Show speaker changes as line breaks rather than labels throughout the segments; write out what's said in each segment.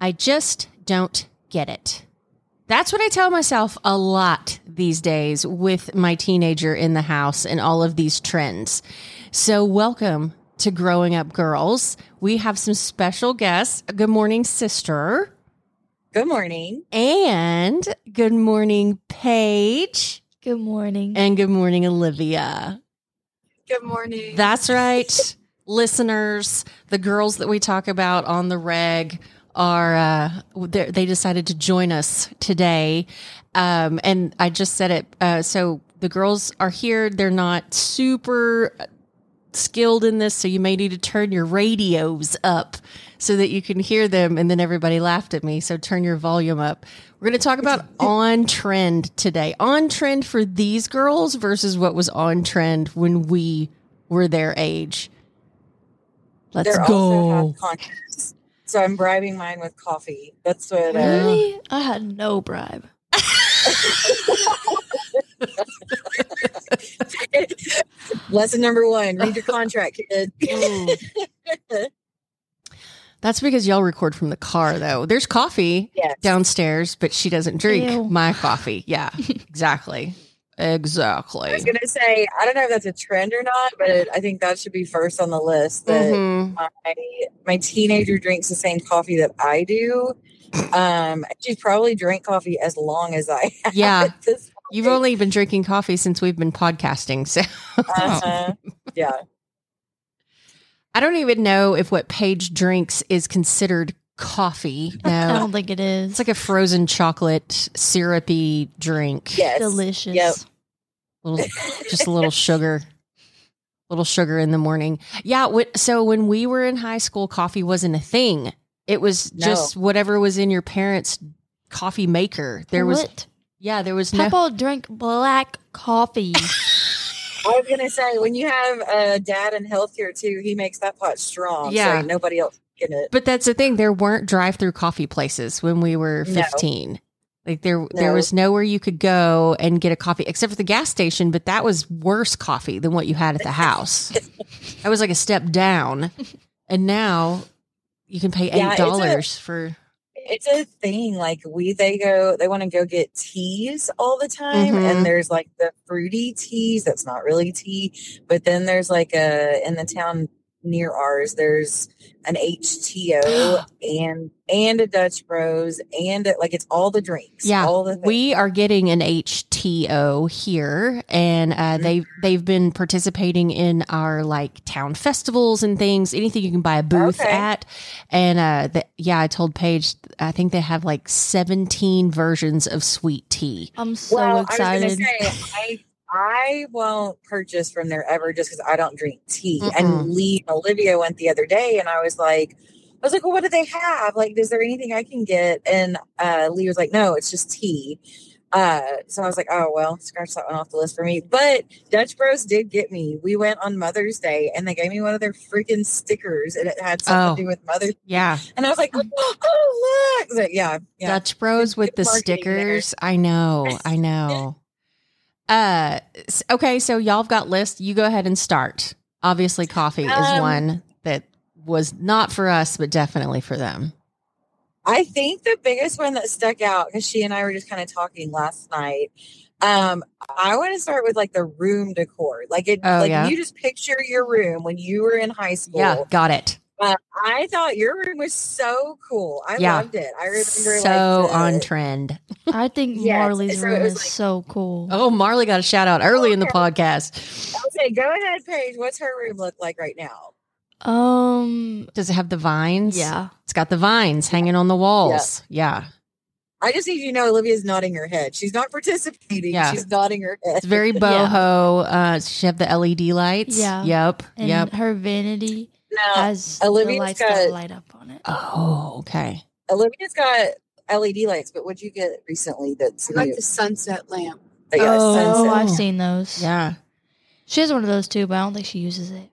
I just don't get it. That's what I tell myself a lot these days with my teenager in the house and all of these trends. So, welcome to Growing Up Girls. We have some special guests. Good morning, sister.
Good morning.
And good morning, Paige.
Good morning.
And good morning, Olivia.
Good morning.
That's right. Listeners, the girls that we talk about on the reg are uh, they decided to join us today, um, and I just said it. Uh, so the girls are here. They're not super skilled in this, so you may need to turn your radios up so that you can hear them. And then everybody laughed at me, so turn your volume up. We're going to talk about on trend today. On trend for these girls versus what was on trend when we were their age. Let's
They're
go.
also have conscience. So I'm bribing mine with coffee. That's what uh,
Really? I had no bribe.
lesson number one. Read your contract, kid.
That's because y'all record from the car, though. There's coffee
Yes.
downstairs, but she doesn't drink
Ew.
my coffee. Yeah, exactly. Exactly.
I was gonna say, I don't know if that's a trend or not, but it, I think that should be first on the list. That
Mm-hmm.
Mhm.
my my teenager drinks the same coffee that I do. Um, she's probably drank coffee as long as I have.
Yeah.
at this point.
You've only been drinking coffee since we've been podcasting. So
Uh-huh. yeah.
I don't even know if what Paige drinks is considered coffee.
I
No,
don't think it is.
Uh, it's like a frozen chocolate syrupy drink.
Yes.
delicious.
Yep.
Little- just a little sugar little sugar in the morning yeah wh- so when we were in high school coffee wasn't a thing it was
No.
just whatever was in your parents coffee maker there was
What?
yeah there was no
Papa drank black coffee.
I was gonna say when you have a dad in healthcare too, he makes that pot strong.
Yeah.
so nobody else can get it.
but that's the thing there weren't drive-through coffee places when we were
No.
15 like there there
No.
was nowhere you could go and get a coffee except for the gas station but that was worse coffee than what you had at the house that was like a step down and now you can pay
Yeah,
eight
it's a-
dollars for
It's a thing. Like we, they go, they want to go get teas all the time,
Mhm.
and there's like the fruity teas. That's not really tea, but then there's like a in the town near ours. There's an HTO and and a Dutch Bros and like it's all the drinks.
Yeah,
all the things.
We are getting an HTO here, and
Mm-hmm.
uh, they they've been participating in our like town festivals and things. Anything you can buy a booth
Okay.
at, and uh, the, yeah, I told Paige I think they have like seventeen versions of sweet tea.
I'm so
I was
excited.
gonna say, I I won't purchase from there ever just because I don't drink tea.
Mm-mm.
And Lee and Olivia went the other day, and I was like, I was like, well, what do they have? Like, is there anything I can get? And uh, Lee was like, no, it's just tea. Uh, so I was like, oh well, scratch that one off the list for me. But Dutch Bros did get me. We went on Mother's Day, and they gave me one of their freaking stickers, and it had something
Oh.
to do with Mother's.
Yeah,
And I was like, oh look, So, yeah, yeah.
Dutch Bros
Good-
with
good
the
marketing there.
stickers. I know, I know. Uh, s- okay, so y'all have got lists. You go ahead and start. Obviously, coffee is
Um,
one that was not for us, but definitely for them.
I think the biggest one that stuck out because she and I were just kind of talking last night. Um, I want to start with like the room decor. Like it,
Oh,
like
yeah.
you just picture your room when you were in high school.
Yeah, got it.
Uh, I thought your room was so cool. I
Yeah.
loved it. I remember
so
like the-
on trend.
I think
Yes,
Marley's
so it
room
was
is
like-
so cool.
Oh, Marley got a shout out early in the podcast.
Okay, go ahead, Paige. What's her room look like right now?
Um,
Does it have the vines?
yeah.
It's got the vines hanging on the walls. Yeah.
I just need you to know Olivia's nodding her head. She's not participating.
Yeah.
She's nodding her head.
It's very boho. Uh she have the LED lights.
Yeah.
Yep.
And
Yep.
her vanity
No,
has
Uh, Olivia's
the lights
got-
that light up on it.
Oh, okay.
Olivia's got LED lights, but what'd you get recently? That's
I like
new?
the sunset lamp.
That you got a
Oh,
Oh,
sunset.
I've seen those.
Yeah.
She has one of those too, but I don't think she uses it.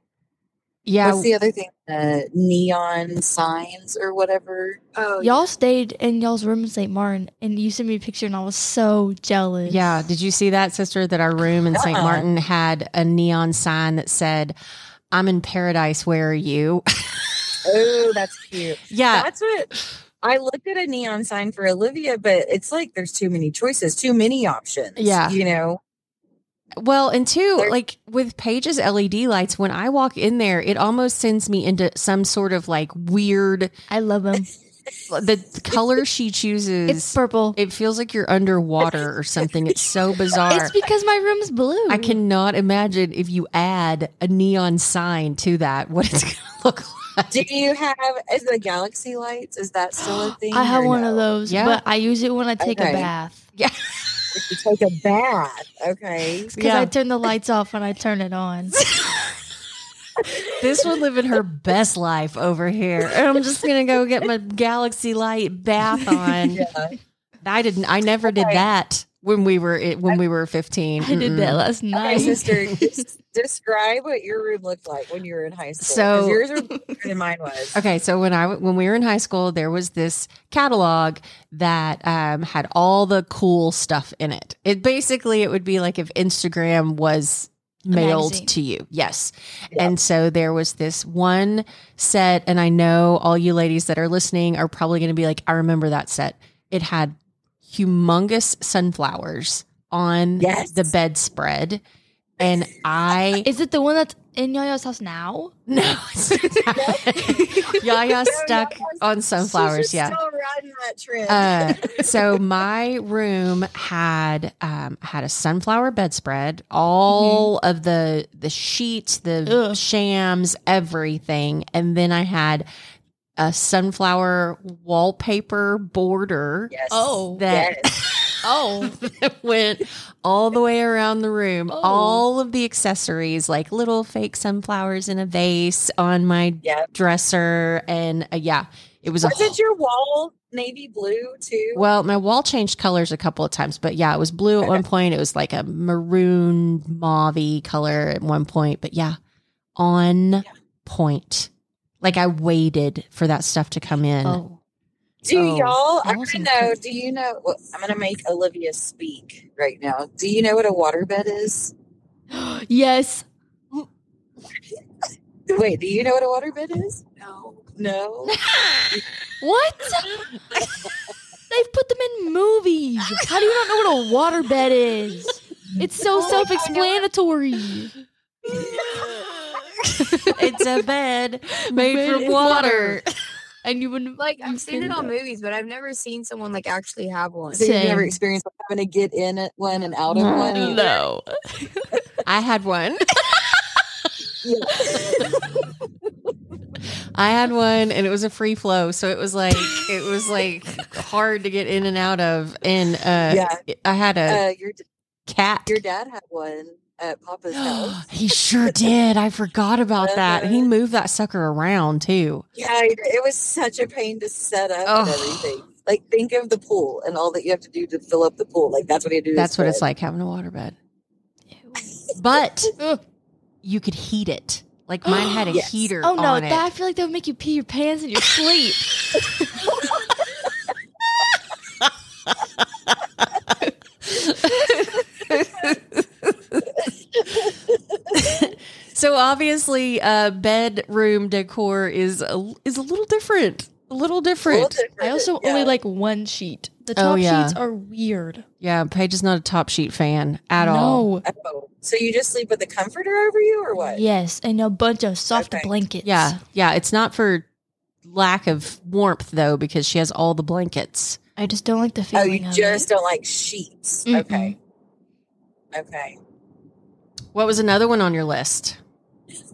Yeah.
What's the other thing? Uh, neon signs or whatever.
Oh,
Y'all stayed in y'all's room in St. Martin, and you sent me a picture, and I was so jealous.
Yeah. Did you see that, sister? That our room in St.
Uh-uh.
Martin had a neon sign that said, I'm in paradise. Where are you?
Oh, that's cute.
yeah.
That's what I looked at a neon sign for Olivia, but it's like there's too many choices, too many options.
Yeah.
You know,
Well, and two,
There-
like with Paige's LED lights, when I walk in there, it almost sends me into some sort of like weird.
I love them.
The color she chooses,
It's purple.
it feels like you're underwater or something. It's so bizarre.
It's because my room's blue.
I cannot imagine if you add a neon sign to that, what it's going to look like.
do you have is the galaxy lights? Is that still a thing?
I have
or
one
no?
of those,
Yeah.
but I use it when I take
Okay.
a bath
You take a bath. Okay.
because
Yeah.
I turn the lights off when I turn it on.
This one living her best life over here. And I'm just going to go get my galaxy light bath on.
Yeah.
I didn't, I never did
Okay.
that when we were, eh, when we were 15.
I did
Mm-mm.
that last
Okay,
night.
sister, des- describe what your room looked like when you were in high school. 'cause
So-
yours are bigger than mine was.
Okay, so when I w- when we were in high school, there was this catalog that um, had all the cool stuff in it. It basically it would be like if Instagram was mailed
magazine.
to you. Yes.
Yeah.
And so there was this one set and I know all you ladies that are listening are probably going to be like I remember that set. It had humongous sunflowers on
Yes.
the bedspread and I
Is it the one that's in Yaya's house now?
no, it's not. Yaya stuck
Yaya's-
on sunflowers.
She's
Yeah.
Still riding that trend.
Uh, so my room had um, had a sunflower bedspread, all of the the sheets, the
Mm-hmm. Ugh.
shams, everything, and then I had a sunflower wallpaper border
yes.
Oh.
that
Yes.
Oh,
went all the way around the room.
Oh.
All of the accessories, like little fake sunflowers in a vase on my
Yeah.
dresser, and uh, yeah, it was a
Wasn't your wall navy blue too?
Well, my wall changed colors a couple of times, but yeah, it was blue at one point. It was like a maroon, mauvey color at one point, but yeah, on point. Like I waited for that stuff to come in.
oh,
do
oh,
y'all? I
that was
don't know. Do you know? Well, I'm going to make Olivia speak right now. Do you know what a waterbed is?
yes.
Wait, do you know what a waterbed is? No. No.
What? They've put them in movies. How do you not know what a waterbed is? It's
Oh,
so
I know it.
self-explanatory.
it's a bed made,
Made
from
from
water.
And you wouldn't
Like I've seen it on
Nintendo.
movies, but I've never seen someone like actually have one.
So you've never
Same.
experienced having to get in it one and out of one. either?
No.
Oh. I had one.
Yeah.
I had one and it was a free flow. So it was like, it was like hard to get in and out of. And uh, I had a
Uh, your
cat.
Your dad had one at Papa's house.
he sure did. I forgot about that. He
Uh-huh.
moved that sucker around too.
yeah, it it was such a pain to set up and
Ugh.
everything. Like, think of the pool and all that you have to do to fill up the pool. Like, that's what you do.
That's what it's like having a waterbed. But
Ugh.
you could heat it. Like mine had a
Yes.
heater
Oh no,
on it.
that I feel like that would make you pee your pants in your sleep.
so obviously, uh, bedroom decor is a, is a little different. A little different.
I also only like one sheet. The top
Oh, yeah.
sheets are weird.
yeah, Paige is not a top sheet fan at
no.
all.
Oh, so you just sleep with a comforter over you, or what?
Yes, and a bunch of soft
Okay.
blankets.
Yeah, yeah. It's not for lack of warmth though, because she has all the blankets.
I just don't like the
Oh,
feeling.
you
of
just
it.
don't like sheets.
Mm-mm.
Okay. Okay.
What was another one on your list?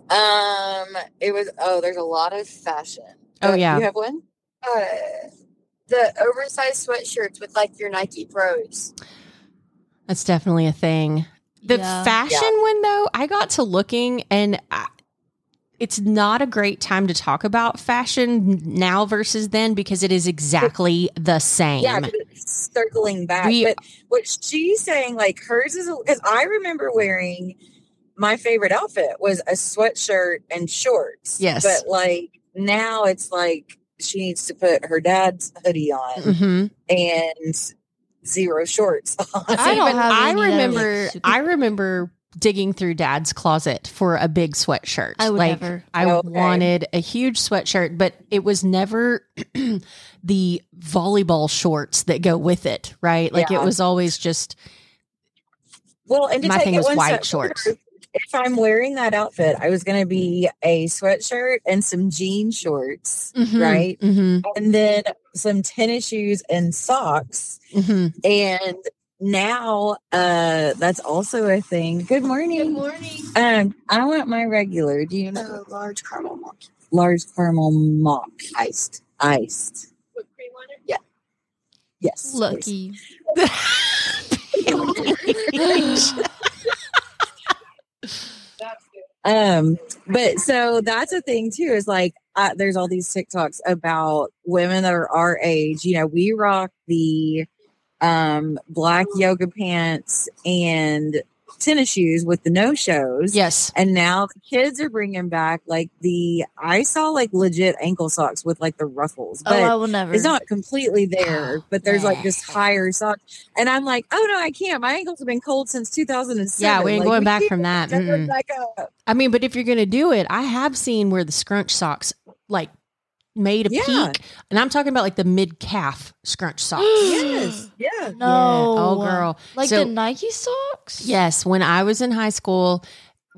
Um, it was oh, there's a lot of fashion.
Oh, yeah.
you have one.
Uh, the oversized sweatshirts with like your Nike Pros.
That's definitely a thing. The
Yeah.
fashion one, though, I got to looking and I, it's not a great time to talk about fashion now versus then because it is exactly the same.
Yeah, but it's circling back.
We-
but what she's saying, like hers is because I remember wearing my favorite outfit was a sweatshirt and shorts.
Yes.
But like now it's like she needs to put her dad's hoodie on
hmm
and zero shorts on.
I
See,
don't
but
have
I
any that are, like,
remember
super-
I remember digging through dad's closet for a big sweatshirt.
I would
like,
never.
I
Oh, Okay.
wanted a huge sweatshirt, but it was never the volleyball shorts that go with it, right? Like
Yeah.
it was always just
Well, and to
My
take
thing
it
was
one
white
step
shorts.
further, If I'm wearing that outfit, I was going to be a sweatshirt and some jean shorts, Right.
hmm
and then some tennis shoes and socks.
hmm
And now uh that's also a thing. Good morning.
morning.
Um, I want my regular. Do you know
A large caramel mock
large caramel mock
iced.
iced?
Whipped cream on it? Yeah.
Yes. please.
Lucky.
That's good.
Um, but so that's a thing too. Is like uh, there's all these TikToks about women that are our age. You know, we rock the um black
Mm-hmm.
yoga pants and tennis shoes with the no shows.
Yes.
And now the kids are bringing back like the I saw like legit ankle socks with like the ruffles,
Oh,
but
I will never.
it's not completely
Oh,
there, but there's like this higher socks. And I'm like, oh no, I can't. My ankles have been cold since 2007.
Yeah, we ain't
Like,
going back
can't
from that.
get
Mm-mm.
back up.
I mean, but if you're going to do it, I have seen where the scrunch socks like made a
Yeah.
peak, and I'm talking about like the mid calf scrunch socks.
Yes, yeah.
no.
Yeah. Oh, girl.
Like
So-
the Nike socks?
Yes, when I was in high school,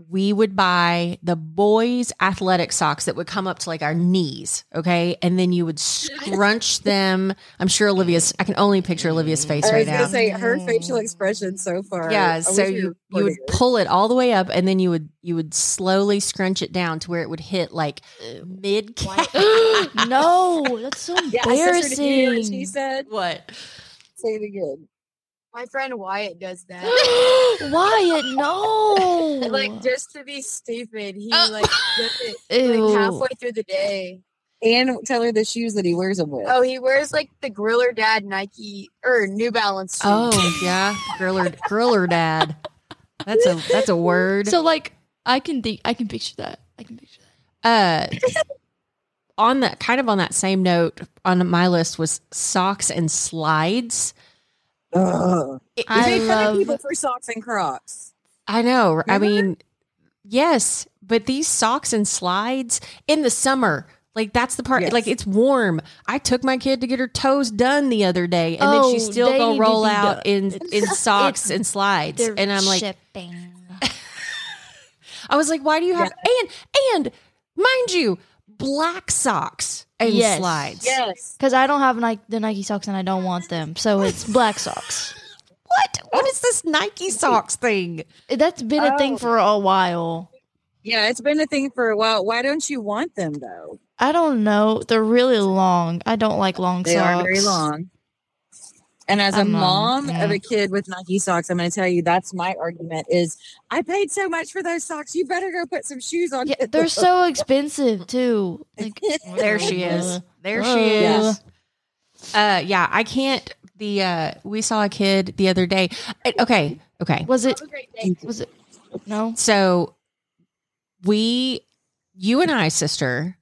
we would buy the boys' athletic socks that would come up to like our knees, okay? And then you would scrunch them. I'm sure Olivia's, I can only picture Olivia's face
I
right
was
now.
gonna say her facial expression so far.
yeah,
I
so
wish we
you you
recorded
would
it.
pull it all the way up and then you would you would slowly scrunch it down to where it would hit like mid calf.
no, that's so
Yeah, sister, did you hear what
embarrassing.
she said,
What?
"Say it again."
My friend Wyatt does that.
Wyatt, no.
like just to be stupid. He
Oh.
like does it
Ew.
like halfway through the day.
And tell her the shoes that he wears them with.
Oh, he wears like the griller dad Nike or New Balance. shoes.
Oh, yeah. Griller griller dad. That's a that's a word.
So like I can think I can picture that. I can picture that.
uh on that kind of on that same note on my list was socks and slides
Ugh.
It-
I
They fun of
love-
people for socks and Crocs.
i know i
Remember?
mean yes but these socks and slides in the summer like that's the part
Yes.
like it's warm i took my kid to get her toes done the other day and then she's
Oh,
still
they need
gonna
to
roll
be
out
done.
in
It's-
in socks
it's-
and slides and i'm like
shipping.
i was like why do you have and and mind you black socks and
Yes.
slides
Yes.
Because I don't have Nike, the Nike socks and I don't want them, so it's black socks.
what what is this nike socks thing
That's been a
Oh.
thing for a while.
Yeah, it's been a thing for a while. Why don't you want them though?
I don't know. They're really long. I don't like long
They
socks.
are very long. And as a
I'm
mom
long,
of
yeah.
a kid with Nike socks, I'm going to tell you that's my argument is I paid so much for those socks. You better go put some shoes on.
Yeah, they're so expensive too. Like
There she is.
Uh,
There
uh,
she is. Uh, yeah, I can't. The uh, we saw a kid the other day. Uh, Okay, okay.
Was it?
Have a great day.
Thank you.
Was it? No.
So we, you and I, sister,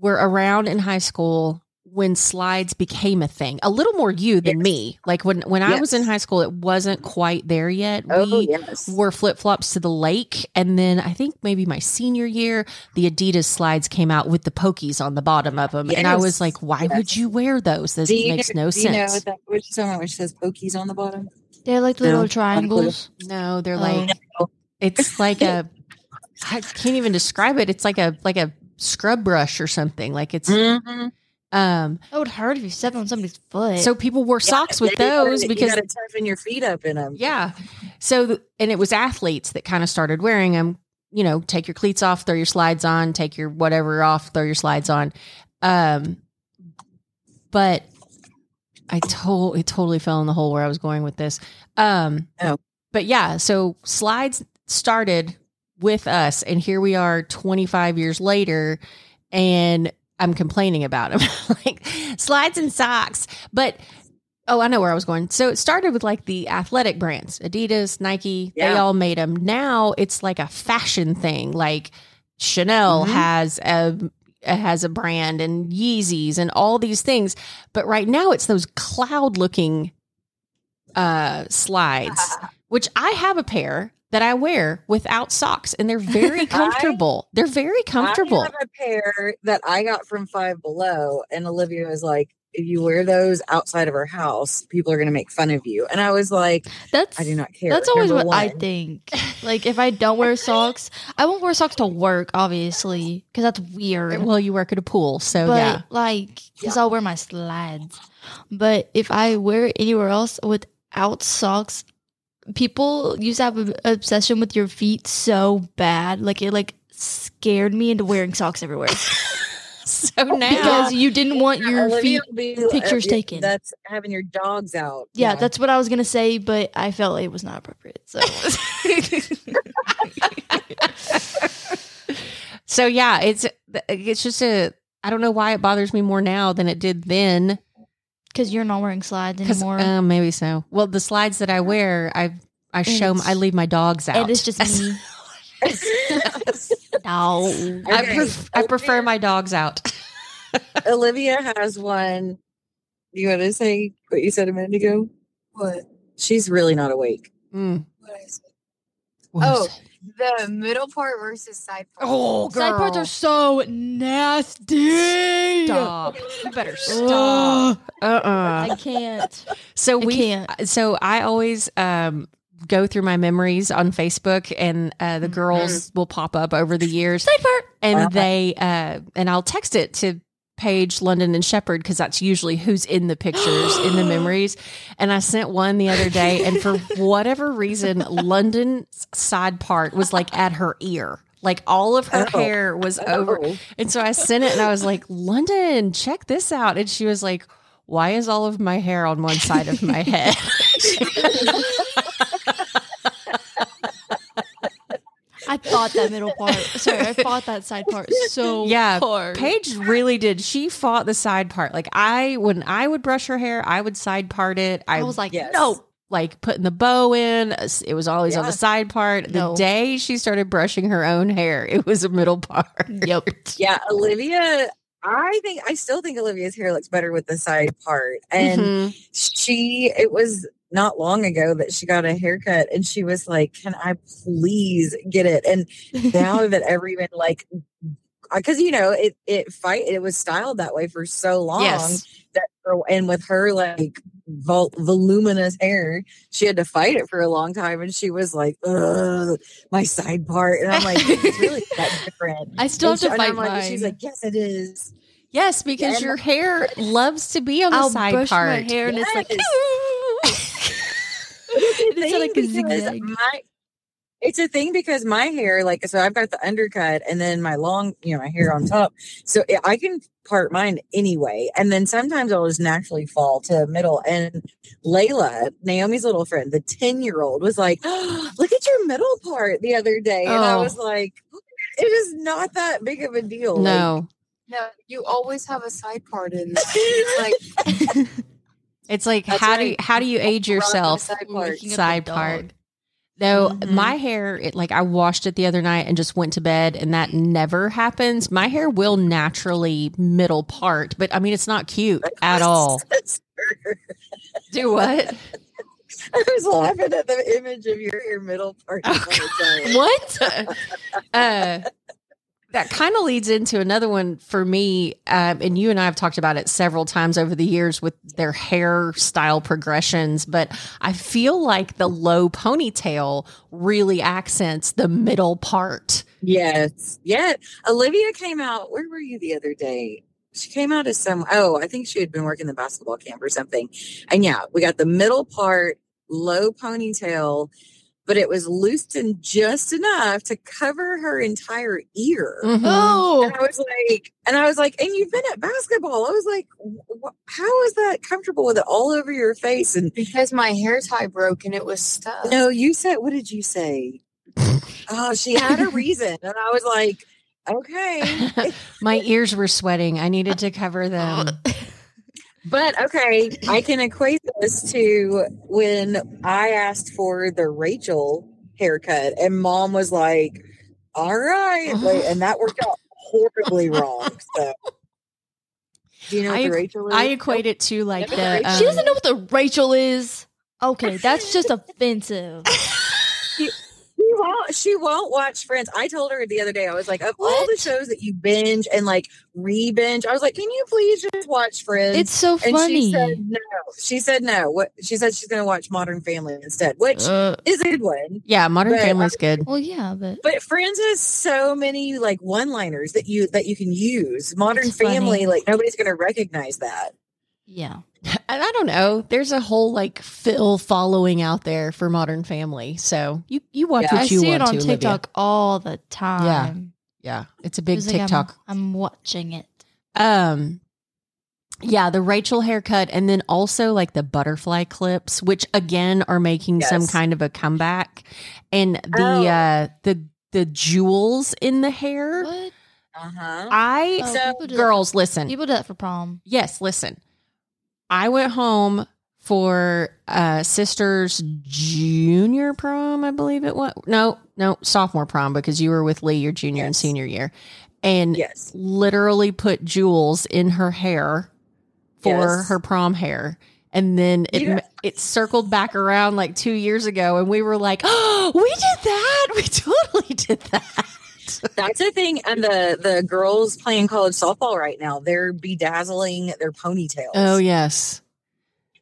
were around in high school when slides became a thing. A little more you than
Yes.
me. Like when when I was
Yes.
in high school, it wasn't quite there yet.
Oh,
we
yes.
wore flip flops to the lake, and then I think maybe my senior year, the Adidas slides came out with the pokies on the bottom of them, and I was
Yes.
like, "Why would
Yes.
you wear those? This
Do you
makes
know-
no
do you know
sense."
that, which someone which says pokies on the bottom?
They're like the
No,
little
not
triangles.
no, they're
Oh.
like it's like a I can't even describe it. It's like a like a scrub brush or something. Like it's
Mm-hmm.
um.
That would hurt if you stepped on somebody's foot.
So people wore socks with those because
you got to toughen your feet up in them.
Yeah. So, th- and it was athletes that kind of started wearing them, you know, take your cleats off, throw your slides on, take your whatever off, throw your slides on. Um, but I told, it totally fell in the hole where I was going with this. Um,
Oh.
but yeah, so slides started with us and here we are 25 years later and I'm complaining about them like slides and socks. But oh, I know where I was going. So it started with like the athletic brands, Adidas, Nike, they
Yeah.
all made them. Now it's like a fashion thing. Like Chanel
Mhm.
has a has a brand and Yeezys and all these things. But right now it's those cloud looking uh slides, which I have a pair. that I wear without socks, and they're very comfortable. they're very comfortable.
I have a pair that I got from Five Below, and Olivia was like, "If you wear those outside of our house, people are going to make fun of you." And I was like,
That's
"I do not care."
That's always
Number
what I
one.
think. Like if I don't wear socks, I won't wear socks to work, obviously, because that's weird.
Well, you work at a pool, so
but
Oh, yeah.
like, because I'll wear my slides. But if I wear it anywhere else without socks, people used to have an obsession with your feet so bad. Like it like scared me into wearing socks everywhere
So now,
because you didn't want your
Olivia
feet.
will be, uh,
pictures
yeah,
taken.
That's having your dogs out.
Yeah, that's what I was gonna say, but I felt it was not appropriate. So
so yeah, it's it's just a. I don't know why it bothers me more now than it did then.
because you're not wearing slides
Because uh,
anymore.
maybe so. Well, the slides that I wear, I I show,
it's-
I leave my dogs out.
and it's just me. No.
I,
Okay.
pref- I prefer my dogs out.
Olivia has one. You want to say what you said a minute ago?
What?
She's really not awake.
Mm.
What I said.
What
Oh.
is it?
The middle part versus side part.
oh, girl.
Side parts are so nasty.
Stop. You better stop.
Ugh.
Uh-uh.
I can't.
So
I
we uh,
can't.
so I always um go through my memories on Facebook and uh, the
Mhm.
girls will pop up over the years
Side part.
and
Uh-huh.
they uh and I'll text it to Paige, London and Shepard because that's usually who's in the pictures in the memories. And I sent one the other day and for whatever reason London's side part was like at her ear. Like all of her
Oh.
hair was over
Oh.
and so I sent it and I was like, London, check this out. And she was like, why is all of my hair on one side of my head?
I thought that middle part. Sorry, I thought that side part so
Yeah,
hard.
Paige really did. She fought the side part. Like I, when I would brush her hair, I would side part it. I,
I was like,
Yes.
no.
like putting the bow in. It was always on
Yeah.
the side part. The
No.
day she started brushing her own hair, it was a middle part.
Yep.
Yeah, Olivia. I think I still think Olivia's hair looks better with the side part. And
Mhm.
she, it was not long ago that she got a haircut, and she was like, "Can I please get it?" And now that everyone like, because you know it, it fight it was styled that way for so long.
yes,
that for, and with her like vol- voluminous hair, she had to fight it for a long time, and she was like, "Ugh, my side part," and I'm like, "It's really that different."
I still have
And so-
to
and
fight
I'm like, She's
mine.
like, "Yes, it is."
yes, because
And-
your hair loves to be on the
I'll
side
brush
part.
my hair and it's like,
Yes.
it's like a
Thing because
zigzag.
my- it's a thing because my hair, like, so I've got the undercut and then my long, you know, my hair on top. So I- I can part mine anyway. And then sometimes I'll just naturally fall to middle. And Layla, Naomi's little friend, the 10 year old, was like, Look at your middle part the other day. And I
Oh.
was like, It is not that big of a deal. Like,
no,
No, you always have a side part in that. It's like
it's like
That's
how do you,
right.
how do you age
around the
yourself?
side
Waking up
part.
the
side
dog.
part. Mm-hmm. Though
Mhm.
my hair, it like I washed it the other night and just went to bed, and that never happens. My hair will naturally middle part, but I mean it's not cute at all. Do what?
I was laughing at the image of your, your middle part.
Oh, what? uh, that kind of leads into another one for me, um, and you and I have talked about it several times over the years with their hairstyle progressions. But I feel like the low ponytail really accents the middle part.
Yes. Yeah. Olivia came out. Where were you the other day? She came out as some. Oh, I think she had been working the basketball camp or something. And yeah, we got the middle part, low ponytail, but it was loosened just enough to cover her entire ear.
Mm-hmm.
Oh,
And I was like, and I was like, and you've been at basketball. I was like, wh- how is that comfortable with it all over your face? And
because my hair tie broke and it was stuck.
no, you said, what did you say? oh, she had a reason. And I was like, okay.
My ears were sweating. I needed to cover them.
Oh.
But okay, I can equate this to when I asked for the Rachel haircut, and mom was like, All right, like, and that worked out horribly wrong. So, do you know what
I
the
equ-
Rachel is?
I equate it to like the. Um,
she doesn't know what the Rachel is. Okay, that's just offensive.
She won't. She won't watch Friends. I told her the other day. I was like, of all the
What?
shows that you binge and like re-binge, I was like, can you please just watch Friends?
It's so
and
funny.
she said no. She said no. What she said she's going to watch Modern Family instead, which
Uh,
is a good one.
Yeah, Modern
But-
Family's good.
well, yeah, but
But Friends has so many like one-liners that you that you can use. Modern
It's funny.
Family, like nobody's going to recognize that.
yeah,
And I don't know. There's a whole like Phil following out there for Modern Family. So you you watch
Yeah.
what
I
you
see
want
it on
to, Olivia.
TikTok all the time.
Yeah, it's a big
It's like I'm-
TikTok
I'm, watching it.
Um yeah, the Rachel haircut and then also like the butterfly clips which again are making some
Yes.
kind of a comeback and the
Oh.
uh the the jewels in the hair.
What?
Uh huh.
I
Oh,
So,
people do that for-
girls listen.
people do that for prom.
Yes, listen. I went home for uh sister's junior prom, I believe it was. No, no, sophomore prom because you were with Lee your junior and
Yes.
senior year. And
Yes.
literally put jewels in her hair for
Yes.
her prom hair. And then it
You-
it circled back around like two years ago, and we were like, "Oh, we did that! We totally did that!"
That's the thing. And the the girls playing college softball right now, they're bedazzling their ponytails.
Oh, yes,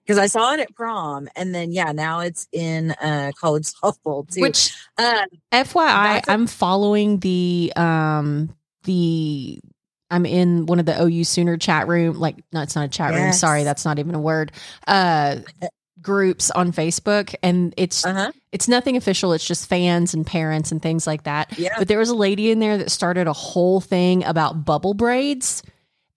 because I saw it at prom, and then yeah, now it's in uh, college softball too.
which
uh,
FYI,
That's a-
i I'm following the um the I'm in one of the OU Sooner chat room. Like, no, it's not a chat room.
Yes.
Sorry, that's not even a word. Uh, groups on Facebook, and it's
uh-huh.
it's nothing official. It's just fans and parents and things like that.
Yeah.
But there was a lady in there that started a whole thing about bubble braids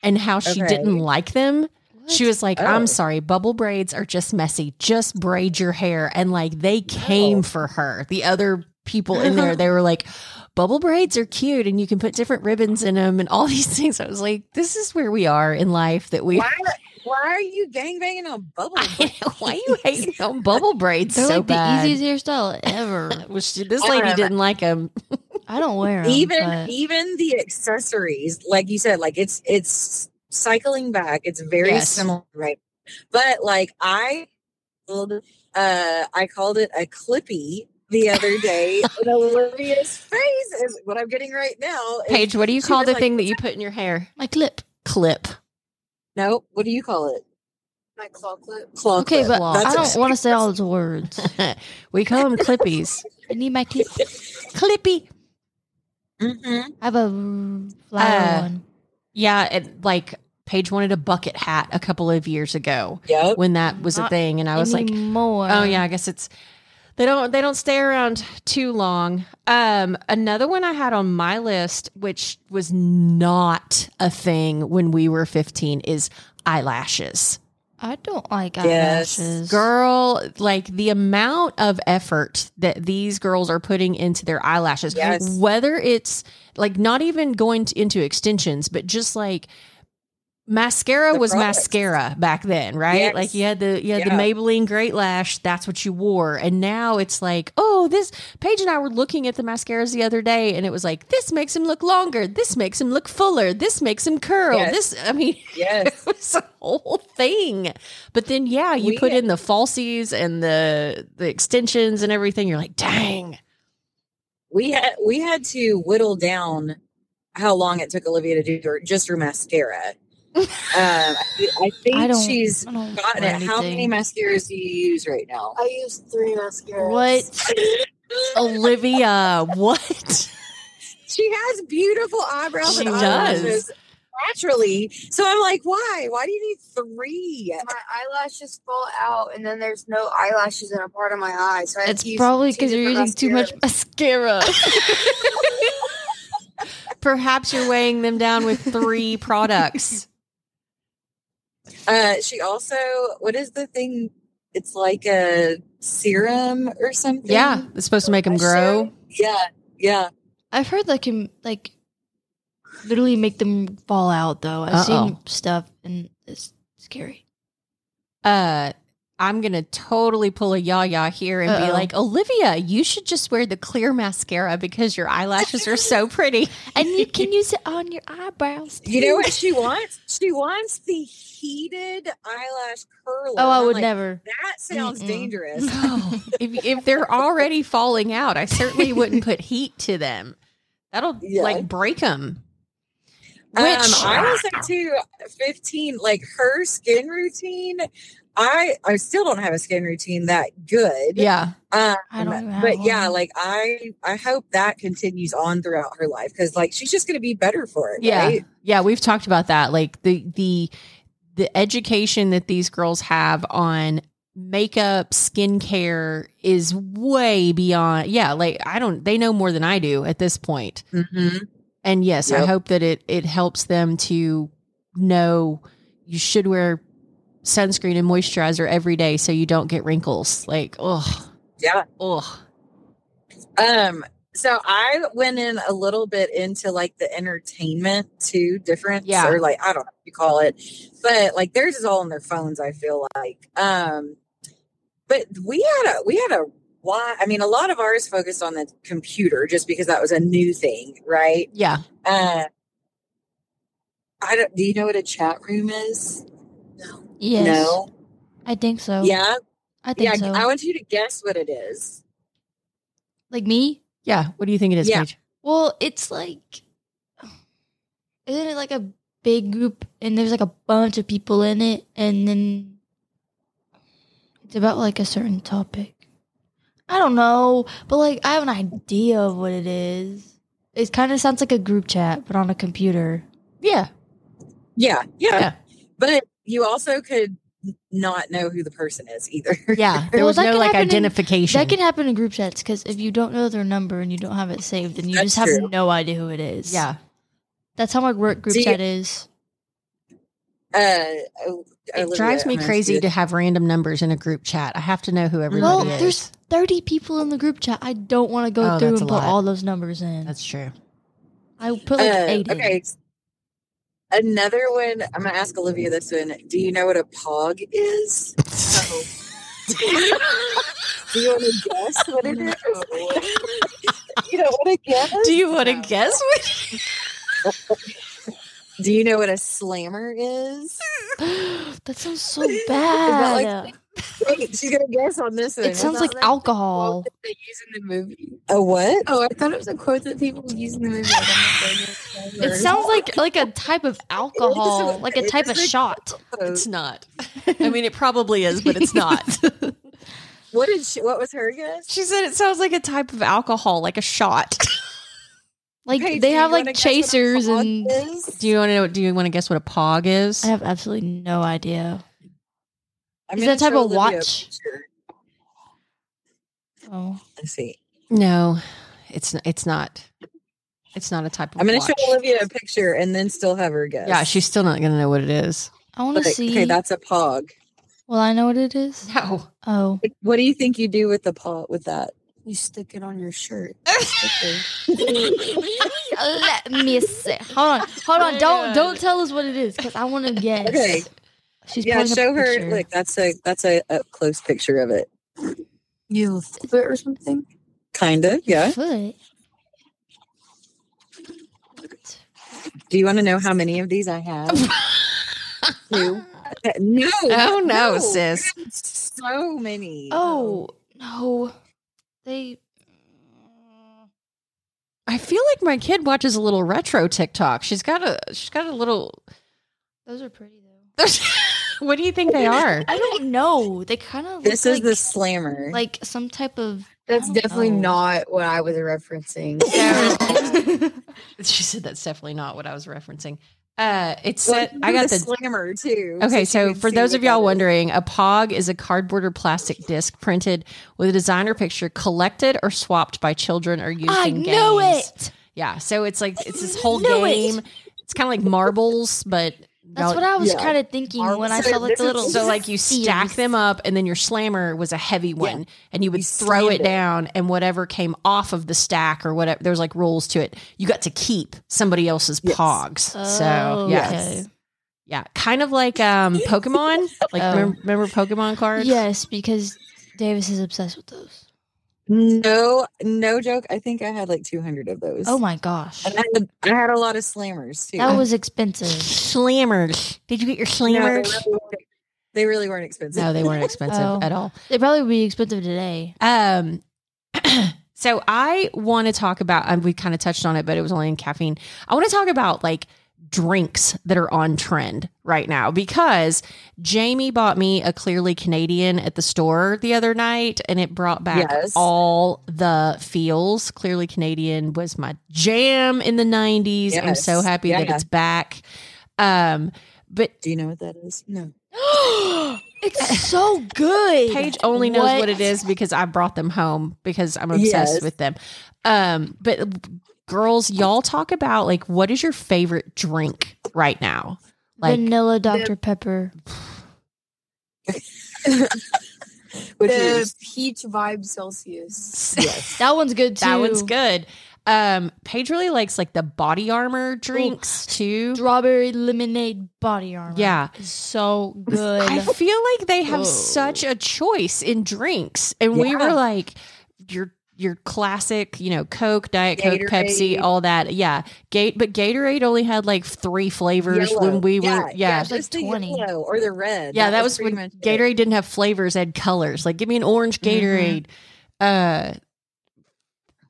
and how she
Okay.
didn't like them. She was like,
Oh.
"I'm sorry, bubble braids are just messy. Just braid your hair." And like they came
No.
for her. The other people in there, they were like, "Bubble braids are cute, and you can put different ribbons in them, and all these things." I was like, "This is where we are in life. That we
Why? Why are you gangbanging on bubble?
I know, why you hating on bubble braids
They're
so
like
bad?"
the easiest hairstyle ever.
Well, she- this lady
Um,
didn't like them.
I don't wear 'em,
even
but-
even the accessories, like you said, like it's it's cycling back. It's very
Yes.
similar, right? But like I, called, uh, I called it a clippy the other day. and Olivia's face is what I'm getting right now. is-
Paige, what do you
she
call
was
the
like-
thing that you put in your hair?
my clip.
Clip.
No, what do you call it?
My claw clip.
Claw
Okay,
clip.
but
Lots
I
of
don't want to say all those words.
we call them clippies.
I need my clip.
Clippy.
Mhm.
I have a flower
Uh,
one.
Yeah, and like Paige wanted a bucket hat a couple of years ago
Yep.
when that was a
Not
thing, and I was like,
more.
oh yeah, I guess it's they don't they don't stay around too long. Um, another one I had on my list, which was not a thing when we were fifteen, is eyelashes.
I don't like
Yes.
eyelashes.
Girl, like the amount of effort that these girls are putting into their eyelashes,
Yes.
whether it's like not even going to, into extensions, but just like mascara
The
was
products.
mascara back then, right?
Yes.
Like you had the you had the
Yeah.
Maybelline Great Lash, that's what you wore. And now it's like, oh, this Paige and I were looking at the mascaras the other day and it was like, this makes him look longer, this makes him look fuller, this makes him curl.
Yes.
This I mean
Yes.
it was a whole thing. But then, yeah, you
We-
put in the falsies and the the extensions and everything. You're like, dang,
we had we had to whittle down how long it took Olivia to do her, just her mascara. um, I, I think
I don't.
she's
I don't
gotten
wear
it. How many
anything.
mascaras do you use right now?
I used three mascaras.
What?
Olivia, what?
She has beautiful eyebrows.
She
and
does.
eyelashes naturally. So I'm like, why? Why do you need three?
My eyelashes fall out, and then there's no eyelashes in a part of my eye. So I have
It's
to use
probably
two
because you're using
different
too much
mascaras.
mascara.
Perhaps you're weighing them down with three products.
Uh, she also, what is the thing? It's like a serum or something.
Yeah, it's supposed to make them grow.
Yeah. Yeah.
I've heard that can like literally make them fall out. Though I've
Uh-oh.
seen stuff and it's scary.
Uh, I'm going to totally pull a yah-yah here and be
Uh-oh.
like, Olivia, you should just wear the clear mascara because your eyelashes are so pretty.
and you can use it on your eyebrows.
You know
too. Oh,
what she wants? She wants the heated eyelash curler.
Oh, I
I'm
would
like,
never.
That sounds
Mm-mm.
dangerous.
if, if they're already falling out, I certainly wouldn't put heat to them. That'll
Yeah.
like break them.
Which
Which
Um, I was into 15, like her skin routine. I I still don't have a skin routine that good.
yeah.
Um,
I don't have
but yeah,
one.
like I I hope that continues on throughout her life because like she's just gonna be better for it.
Yeah.
right?
Yeah, we've talked about that. Like the the the education that these girls have on makeup, skincare is way beyond yeah, like I don't they know more than I do at this point.
Mhm.
And yes, I
Yep.
hope that it it helps them to know you should wear sunscreen and moisturizer every day so you don't get wrinkles. Like, oh,
Yeah.
oh.
Um, so I went in a little bit into like the entertainment too, different,
Yeah.
or like I don't know what you call it, but like theirs is all on their phones. I feel like, um, but we had a we had a why I mean a lot of ours focused on the computer just because that was a new thing, right?
Yeah.
Uh, I don't. Do you know what a chat room is?
Yes,
No.
I think so.
Yeah.
I think
Yeah.
so.
I want you to guess what it is.
like me?
Yeah. What do you think it is,
Yeah.
Paige?
Well, it's like isn't it like a big group and there's like a bunch of people in it and then it's about like a certain topic. I don't know, but like I have an idea of what it is. It kind of sounds like a group chat but on a computer.
Yeah.
Yeah, yeah.
Yeah.
But you also could n- not know who the person is either.
Yeah. There
Well,
was
that
no
can
like
happen in-
identification.
That can happen in group chats because if you don't know their number and you don't have it saved, then you
That's
just have
true.
no idea who it is.
yeah.
That's how my work group
Do you-
chat is.
Uh, O-
It
Olivia,
drives
I'm
me
gonna
crazy
do-
to have random numbers in a group chat. I have to know who everybody
Well,
is.
there's 30 people in the group chat. I don't want to go
Oh,
through
that's
and
a
put
lot.
all those numbers in.
That's true.
I put like
Uh,
eight. in.
okay. Another one. I'm gonna ask Olivia this one. Do you know what a pog is? do you want to guess what it is? you don't want to guess.
Do you want to
No.
guess what?
Do you know what a slammer is?
that sounds so
like-
bad.
Wait, she's gonna guess on this one.
it sounds
that
like
like-
alcohol.
Quote that they use in the movie.
a what?
Oh, I thought it was a quote that people use in the movie. I don't know if I know
It
the
sounds like like a type of alcohol, like a
it
type
is
of
like-
shot.
Oh,
It's not. I mean, it probably is, but it's not.
What did she? What was her guess?
she said it sounds like a type of alcohol, like a shot.
Like
Paige,
they
do
have
you wanna
like
guess what a
chasers
pog
and
is?
Do you want to know? Do you want to guess what a pog is?
I have absolutely no idea.
I'm
Is
gonna
that type
show
of
Olivia a
watch?
picture.
Oh.
Let's see.
No, it's n- it's not. It's not a type of.
I'm gonna
watch.
show Olivia a picture and then still have her guess.
Yeah, she's still not gonna know what it is.
I want
Like,
to see.
okay. That's a pog.
well, I know what it is.
No.
Oh,
What do you think you do with the pog with that?
name. You stick it on your shirt.
let me see. Hold on, hold on. Don't don't tell us what it is because I want to guess.
Okay.
She's
yeah,
pulling up a
show her.
picture.
Look, that's a that's a up close picture of it.
You foot or something?
Kind of. Yeah.
Foot.
Do you want to know how many of these I have? Two. No.
Oh no, sis.
So many. Um,
Oh no, they. mm,
I feel like my kid watches a little retro TikTok. She's got a she's got a little.
Those are pretty though.
what do you think they are?
I don't know. They kind of.
This
look
is
like,
the slammer. Oh,
like some type of.
That's
don't
definitely
know.
not what I was referencing.
She said that's definitely not what I was referencing. Uh, it's
Well,
I got the.
slammer too.
Okay,
she
so
can
for
see
those
what
of y'all
that is.
wondering, a POG is a cardboard or plastic disc printed with a designer picture collected or swapped by children or used
I
in games.
know it.
Yeah, so it's like it's this whole
Know it.
game. It's kind of like marbles, but
That's what I was
Yeah.
kind of thinking when I
So
saw like
this
the
is-
little.
so like you stack
spheres.
them up and then your slammer was a heavy one and you would
You
throw
slammed
it
it.
down and whatever came off of the stack or whatever there was like rules to it you got to keep somebody else's
Yes.
pogs so
Oh,
yes
okay.
Yeah, kind of like um Pokemon. Like
Oh.
remember, remember Pokemon cards?
Yes, because Davis is obsessed with those.
No, no joke. I think I had like 200 of those.
Oh my gosh.
And I had, I had a lot of slammers too.
That was expensive.
Slammers. Did you get your
No, they,
slammers?
really weren't- they really weren't expensive.
No, they weren't expensive
Oh.
at all.
They probably would be expensive today.
Um, so I want to talk about, and we kind of touched on it, but it was only in caffeine. I want to talk about like drinks that are on trend right now because Jamie bought me a clearly Canadian at the store the other night and it brought back
Yes.
all the feels. Clearly Canadian was my jam in the 90s. I'm so
Yes.
happy that
Yeah.
it's back. Um, but
Do you know what that is? No.
it's so good.
Paige only knows what? it is because I brought them home because I'm obsessed
Yes.
with them. Um, but girls, y'all talk about like what is your favorite drink right now? Like
Vanilla Dr. Pepper.
Which
the
is
peach vibe Celsius.
yes.
That one's good too.
that one's good. Um, Paige really likes like the body armor drinks too.
Strawberry lemonade body armor.
Yeah.
It's so good.
I feel like they have
Whoa.
such a choice in drinks, and we
Yeah.
were like, your your classic, you know, Coke, Diet Coke, Pepsi,
Gatorade.
all that. Yeah, Gate, but Gatorade only had like three flavors when
Yellow.
we were. Yeah, yeah,
It's like
just the
20.
yellow or the red.
that, was,
pretty
when
much it.
Gatorade didn't have flavors; it had colors. Like, give me an orange Gatorade.
Mhm.
Uh,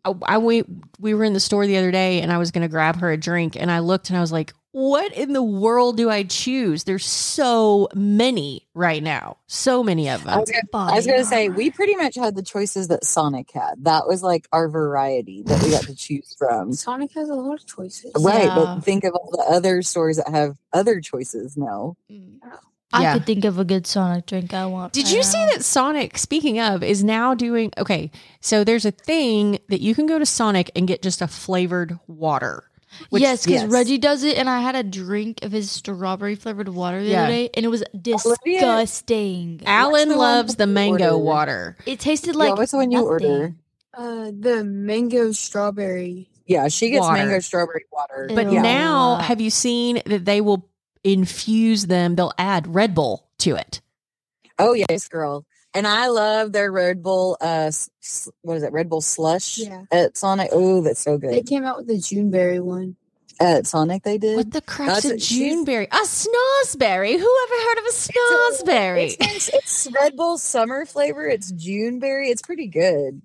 I, I we we were in the store the other day, and I was going to grab her a drink, and I looked, and I was like. What in the world do I choose? There's so many right now. So many of them.
I was gonna, I
Body
was gonna say
armor.
we pretty much had the choices that Sonic had. That was like our variety that we got to choose from.
Mm. Sonic has a lot of choices.
Right,
Yeah.
but think of all the other stores that have other choices now.
Mm.
Yeah.
I
Yeah.
could think of a good Sonic drink I want.
Did
right
you
now.
see that Sonic, speaking of, is now doing okay? So there's a thing that you can go to Sonic and get just a flavored water. which-
yes, because
yes.
Reggie does it, and I had a drink of his strawberry flavored water the
Yeah.
other day, and it was
Olivia-
disgusting.
Alan
the one
loves
that
the
you
mango
ordered?
water.
It tasted
Like,
like
yeah, what's the one you
nothing.
order?
Uh, the mango strawberry.
Yeah, she gets
Water.
mango strawberry water.
But
Ew.
yeah,
now, have you seen that they will infuse them? They'll add Red Bull to it.
oh yes, girl. And I love their Red Bull. Uh, s- s- what is it? Red Bull slush
Yeah.
at Sonic. Oh, that's so
They
good.
came out with the Juneberry one.
At Sonic, they did.
What the crap's
That's
a
it. She's-
Juneberry? A snozzberry. Who ever heard of a
It's a-
snozzberry?
It's, it's Red Bull summer flavor. It's Juneberry. It's pretty good.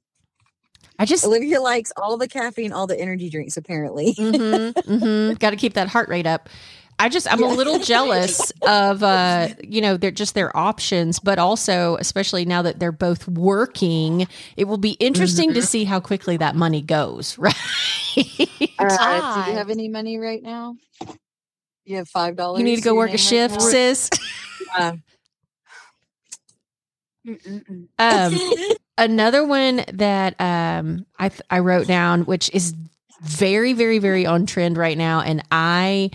I just
Olivia likes all the caffeine, all the energy drinks. Apparently,
mm-hmm, mm-hmm. got to keep that heart rate up i just i'm a little jealous of uh you know they're just their options but also especially now that they're both working it will be interesting
Mm-hmm.
to see how quickly that money goes right
Uh, do
God.
you have any money right now? You have five dollars.
you need to go work a shift sis
Mm-mm-mm.
um another one that um I th- I wrote down, which is very very very on trend right now, and I,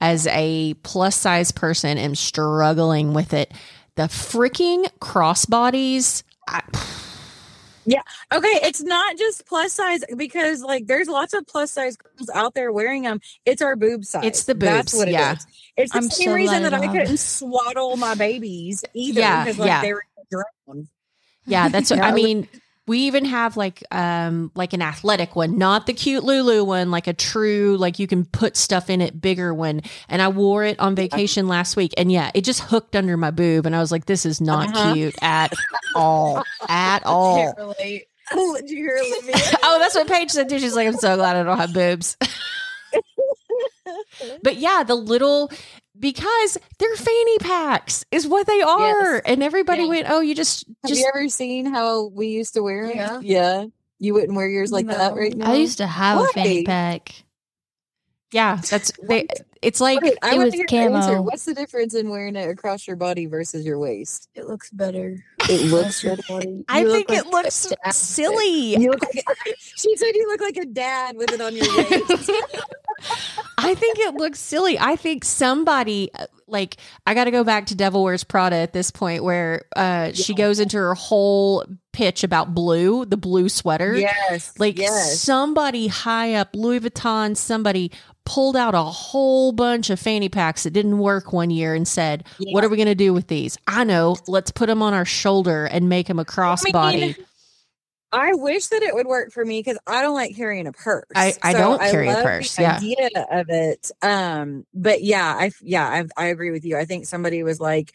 as a plus size person, am struggling with it. The freaking crossbodies. I,
Okay, it's not just plus size because like there's lots of plus size girls out there wearing them. It's our boob size.
It's the
That's
boobs,
what it
yeah.
is. It's the
I'm
same
so
reason
glad
that I
I'm-
couldn't swaddle my babies either
Yeah,
because like
yeah.
they were drowned.
yeah, that's what I
Yeah.
mean. We even have like um like an athletic one, not the cute Lulu one, like a true like you can put stuff in it bigger one. And I wore it on vacation last week, and yeah, it just hooked under my boob, and I was like, this is not
Uh-huh.
cute at all, at all.
Can't relate. Did you hear Olivia?
oh, that's what Paige said too. She's like, I'm so glad I don't have boobs. but yeah, the little because they're fanny packs is what they are,
Yes.
and everybody
Yeah.
went, "Oh, you just
Have
just
you ever seen how we used to wear 'em?
Yeah.
Yeah. You wouldn't wear yours like that
No.
right now.
I used to have a fanny
Why?
pack.
yeah." That's they, it's like
Wait, I
it
want
was
to hear your answer.
camo.
What's the difference in wearing it across your body versus your waist?
It looks better.
It looks.
That's your body.
I
You
think
look
it
like
looks
a dad.
silly.
You look like she said you look like a dad with it on your waist.
I think it looks silly. I think somebody uh, like I got to go back to Devil Wears Prada at this point, where uh, she goes into her whole pitch about blue, the blue sweater.
yes.
Like
yes.
somebody high up, Louis Vuitton, somebody pulled out a whole bunch of fanny packs that didn't work one year and said,
Yeah.
"What are we going to do with these?" I know. Let's put them on our shoulder and make them a crossbody.
I wish that it would work for me because I don't like carrying a purse.
I- I don't carry a
love
purse,
The
yeah.
idea of it. Um, but yeah, I yeah I, I agree with you. I think somebody was like,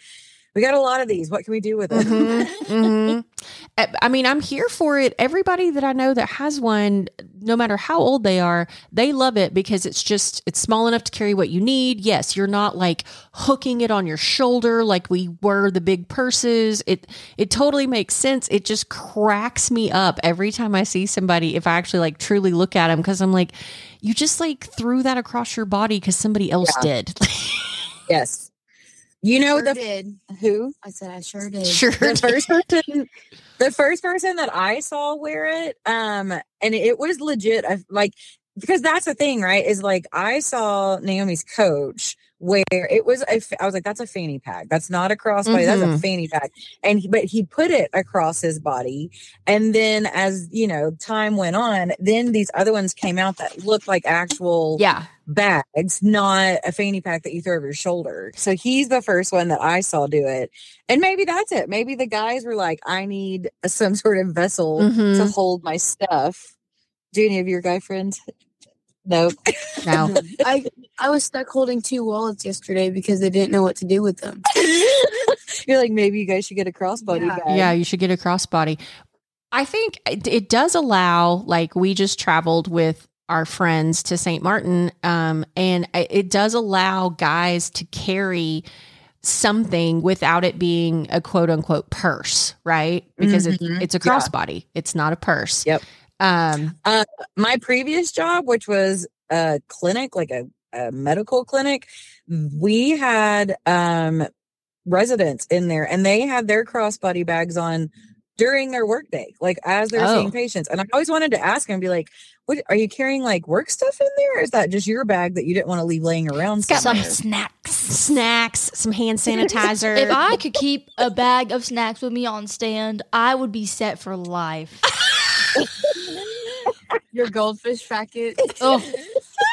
"We got a lot of these. What can we do with them?"
Mhm, mhm. I- I mean, I'm here for it. Everybody that I know that has one, no matter how old they are, they love it because it's just it's small enough to carry what you need. Yes, you're not like hooking it on your shoulder like we were the big purses. It it totally makes sense. It just cracks me up every time I see somebody if I actually like truly look at them because I'm like, you just like threw that across your body because somebody else did.
Yes. You know
Sure
the
did.
who
I said I sure did.
sure.
the
did.
first person the first person that i saw wear it um and it was legit I, like because that's the thing right is like i saw naomi's coach where it was a, f- I was like that's a fanny pack that's not a crossbody that's a
Mhm.
fanny pack and he, but he put it across his body and then as you know time went on then these other ones came out that looked like actual
Yeah.
bags, not a fanny pack that you throw over your shoulder. So he's the first one that I saw do it. And maybe that's it. Maybe the guys were like, I need some sort of vessel
Mhm.
to hold my stuff. Do any of your guy friends? No.
Now.
I I was stuck holding two wallets yesterday because they didn't know what to do with them.
You're like, maybe you guys should get a crossbody
Yeah.
guy.
Yeah, you should get a crossbody. I think it, it does allow, like, we just traveled with our friends to St. Martin, um, and I- it does allow guys to carry something without it being a quote unquote purse, right? Because
Mhm.
it, it's a
Yeah.
crossbody, it's not a purse.
Yep.
Um,
my previous job, which was a clinic, like a, a medical clinic, we had um, residents in there and they had their crossbody bags on during their workday, like as they're
Oh.
seeing patients. And I always wanted to ask them, be like, what are you carrying like work stuff in there? Or is that just your bag that you didn't want to leave laying around?
got
Some
somewhere?"
snacks.
snacks, some hand sanitizer.
If I could keep a bag of snacks with me on stand, I would be set for life.
Your goldfish packet.
Oh,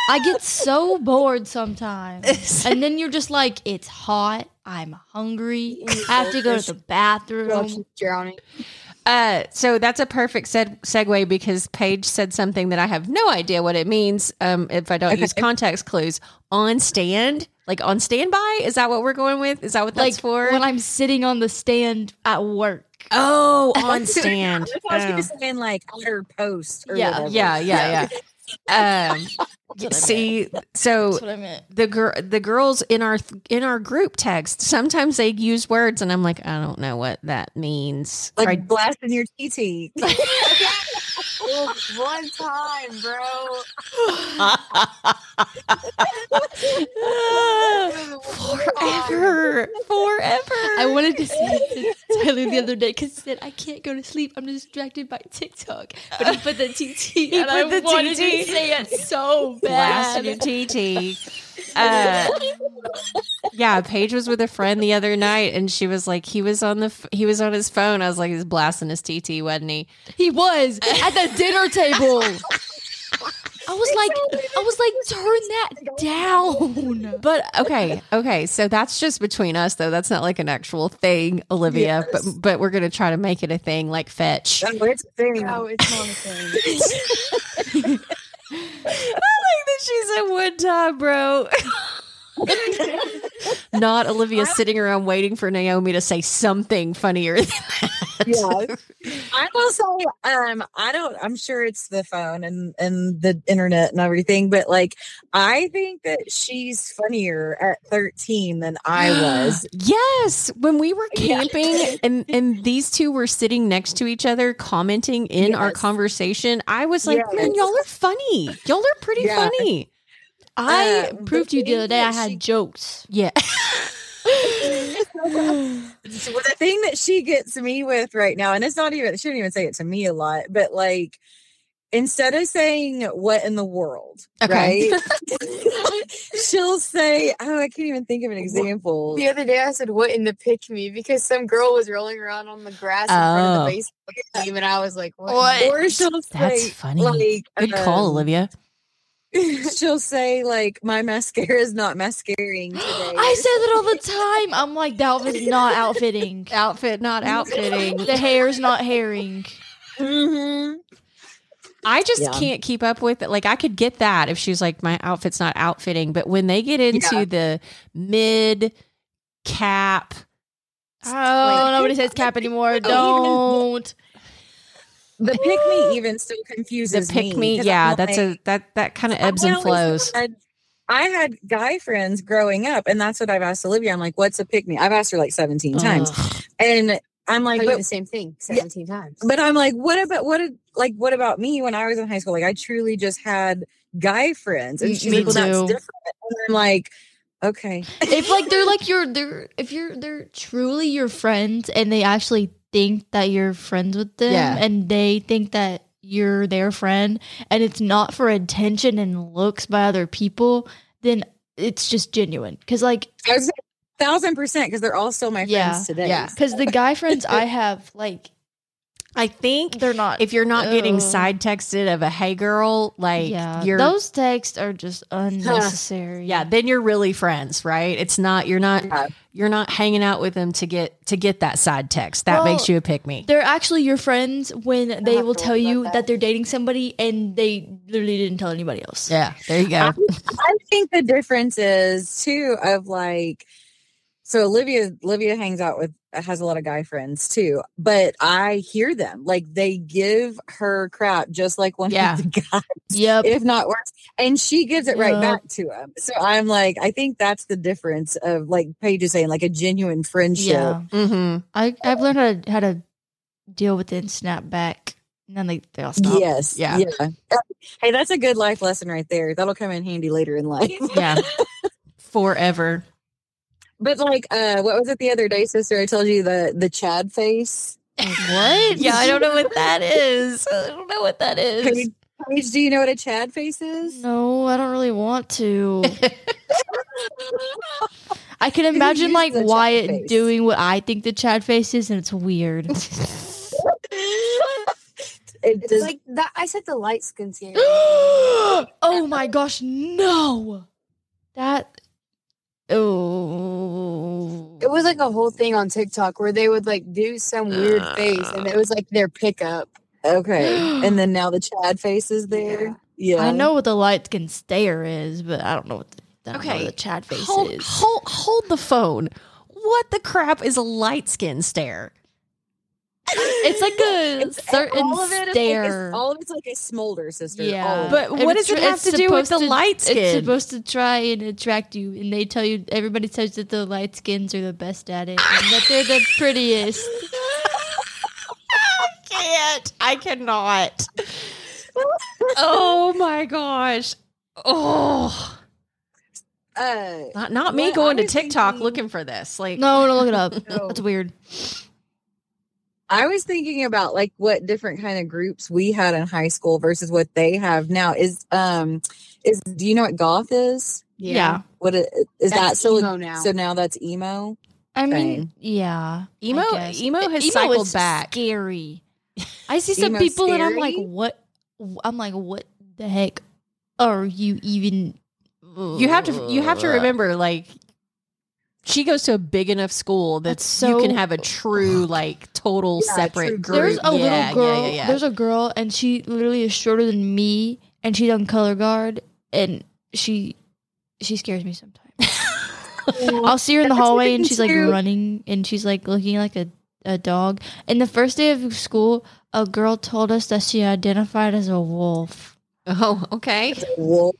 I get so bored sometimes. And then you're just like, it's hot. I'm hungry. I have to go to the bathroom.
Goldfish drowning.
Uh, so that's a perfect seg- segue because Paige said something that I have no idea what it means. Um, if I don't
Okay.
use context clues on stand, like on standby, is that what we're going with? Is that what that's
Like
for?
when I'm sitting on the stand at work.
oh, on
That's what-
stand.
I was
Oh.
gonna say in like outer post or
Yeah,
whatever.
Yeah, yeah, yeah.
That's
Um,
what I meant.
see, so
That's what I meant.
the girl the girls in our in our group text sometimes they use words and i'm like i don't know what that means
Like
Or I
blasting your TT.
Well, one time, bro.
Oh,
forever, forever.
I wanted to say this to Tyler the other day because he said, I can't go to sleep. I'm distracted by TikTok. But he put the TT and
put
I
the
wanted
TT.
to say it so
blast
bad.
your TT. Uh, yeah, Paige was with a friend the other night, and she was like, he was on the f- he was on his phone. I was like, he's blasting his TT, wasn't he?
He was at the dinner table. I was like, I was like, turn that down.
But okay, okay. So that's just between us, though. That's not like an actual thing, Olivia.
Yes.
But but we're gonna try to make it a thing, like fetch.
Oh, it's a thing.
No, it's not a thing.
like that she's a one time, bro. Not Olivia sitting around waiting for Naomi to say something funnier. Than that.
Yeah. I will say, um, I don't. I'm sure it's the phone and and the internet and everything, but like, I think that she's funnier at 13 than I was.
yes, when we were
Yeah.
camping and and these two were sitting next to each other, commenting in our
Yes.
conversation, I was like,
Yes.
"Man, y'all are funny. Y'all are pretty
Yeah.
funny."
I
Uh,
proved to you the other day I
she-
had jokes.
Yeah.
So the thing that she gets me with right now, and it's not even. She didn't even say it to me a lot, but like. Instead of saying what in the world,
Okay.
right? she'll say, "Oh, I can't even think of an example."
The other day I said, What in the pick me? Because some girl was rolling around on the grass in front of
Oh.
the baseball team. And I was like, What?
What?
Or she'll
That's
say,
funny.
Like,
Good call,
um,
Olivia.
She'll say like, "My mascara is not mascaring today."
I say that all the time. I'm like, that was not outfitting.
Outfit not outfitting.
the hair's not hairing.
Mhm.
I just
Yeah.
can't keep up with it. Like I could get that if she's like my outfit's not outfitting, but when they get into the mid cap,
Oh, nobody says cap anymore. Don't.
The pick me even still
the
confuses
pick
me.
me,
'cause
yeah,
I'm
that's
like,
a that that kind of ebbs
I
and
always
flows.
had- I had guy friends growing up, and that's what I've asked Olivia. I'm like, "What's a pick me?" I've asked her like 17 times,
Ugh.
and I'm like,
I do
but,
the same thing 17 times.
but I'm like, what about what? Did, like, what about me when I was in high school? Like, I truly just had guy friends,
Mm,
and she's
me
like, "Well, that's
too.
different." And I'm like, "Okay,
If like they're like your they're if you're they're truly your friends and they actually think that you're friends with them
Yeah.
and they think that you're their friend and it's not for attention and looks by other people, then it's just genuine. Cause like
I was thousand percent because they're all still my friends
Yeah,
today."
yeah.
Because the guy friends I have, like,
I think
they're not.
if you're not getting
Ugh.
side texted of a hey girl, like
yeah,
you're
those texts are just unnecessary.
yeah, then you're really friends, right? It's not you're not
Yeah.
you're not hanging out with them to get to get that side text. That
Well,
makes you a pick me.
they're actually your friends when they
have
will
to
tell
worry about
you that.
that.
they're dating somebody and they literally didn't tell anybody else.
Yeah, there you go.
I think the difference is too of like so Olivia Olivia hangs out with has a lot of guy friends too, but I hear them like they give her crap just like one
Yeah.
of the guys,
Yep.
if not worse, and she gives it right
Yup.
back to him. So I'm like, I think that's the difference of like Paige is saying like a genuine friendship.
yeah.
Mm-hmm.
I I've learned how to how to deal with it and snap back. And then they, they all stop.
Yes.
Yeah.
Yeah. Hey, that's a good life lesson right there. That'll come in handy later in life.
Yeah. Forever.
But like, uh, what was it the other day, sister? I told you the the Chad face.
What?
Yeah, I don't know what that is. I don't know what that is.
Paige, Paige, do you know what a Chad face is?
No, I don't really want to. I can imagine
use
like
the Chad
Wyatt
face.
doing what I think the Chad face is, and it's weird.
It
It's
does,
like that. I said the light skin skin.
oh my gosh, no! That oh,
It was like a whole thing on TikTok where they would like do some weird face and
Uh.
it was like their pickup.
okay, and then now the Chad face is there. Yeah,
I know what the light skin stare is, but I don't know what the, I don't know what
Okay,
the Chad face
Hold,
is.
hold, hold the phone. What the crap is a light skin stare?
It's like a
It's- and
certain
all of it is like a-
stare.
all of it's like a smolder, sister.
yeah,
All of it.
But
And
what
it's
does it
tr-
have
it's
to do with
supposed
the light
It's
skin?
supposed to try and attract you, and they tell you everybody tells you that the light skins are the best at it, and that they're the prettiest.
I can't. I cannot. oh my gosh. Oh,
uh,
not, not me
What
going
I
to
was
TikTok
thinking-
looking for this. Like,
No, no, look it up.
No.
That's weird.
I was thinking about like what different kind of groups we had in high school versus what they have now. Is um, is do you know what goth is?
Yeah.
What it, is that
That's
still?
emo now.
So now that's emo.
I mean,
Same.
yeah.
emo,
I guess.
emo has
Emo
cycled
is
back.
Scary. I see some
Emo's
people and I'm like,
scary?
what? I'm like, what the heck are you even?
You have to, you have to remember, like, she goes to a big enough school that's,
That's
you
so-
can have a true, like, total
Yeah,
separate
true
group.
group.
There's
Yeah,
a little girl.
Yeah, yeah, yeah.
There's a girl, and she literally is shorter than me, and she's on color guard, and she she scares me sometimes. I'll see her in the
That's
hallway,
me
and she's like
too.
running, and she's like looking like a a dog. And the first day of school, a girl told us that she identified as a wolf,
oh, okay.
Wolf.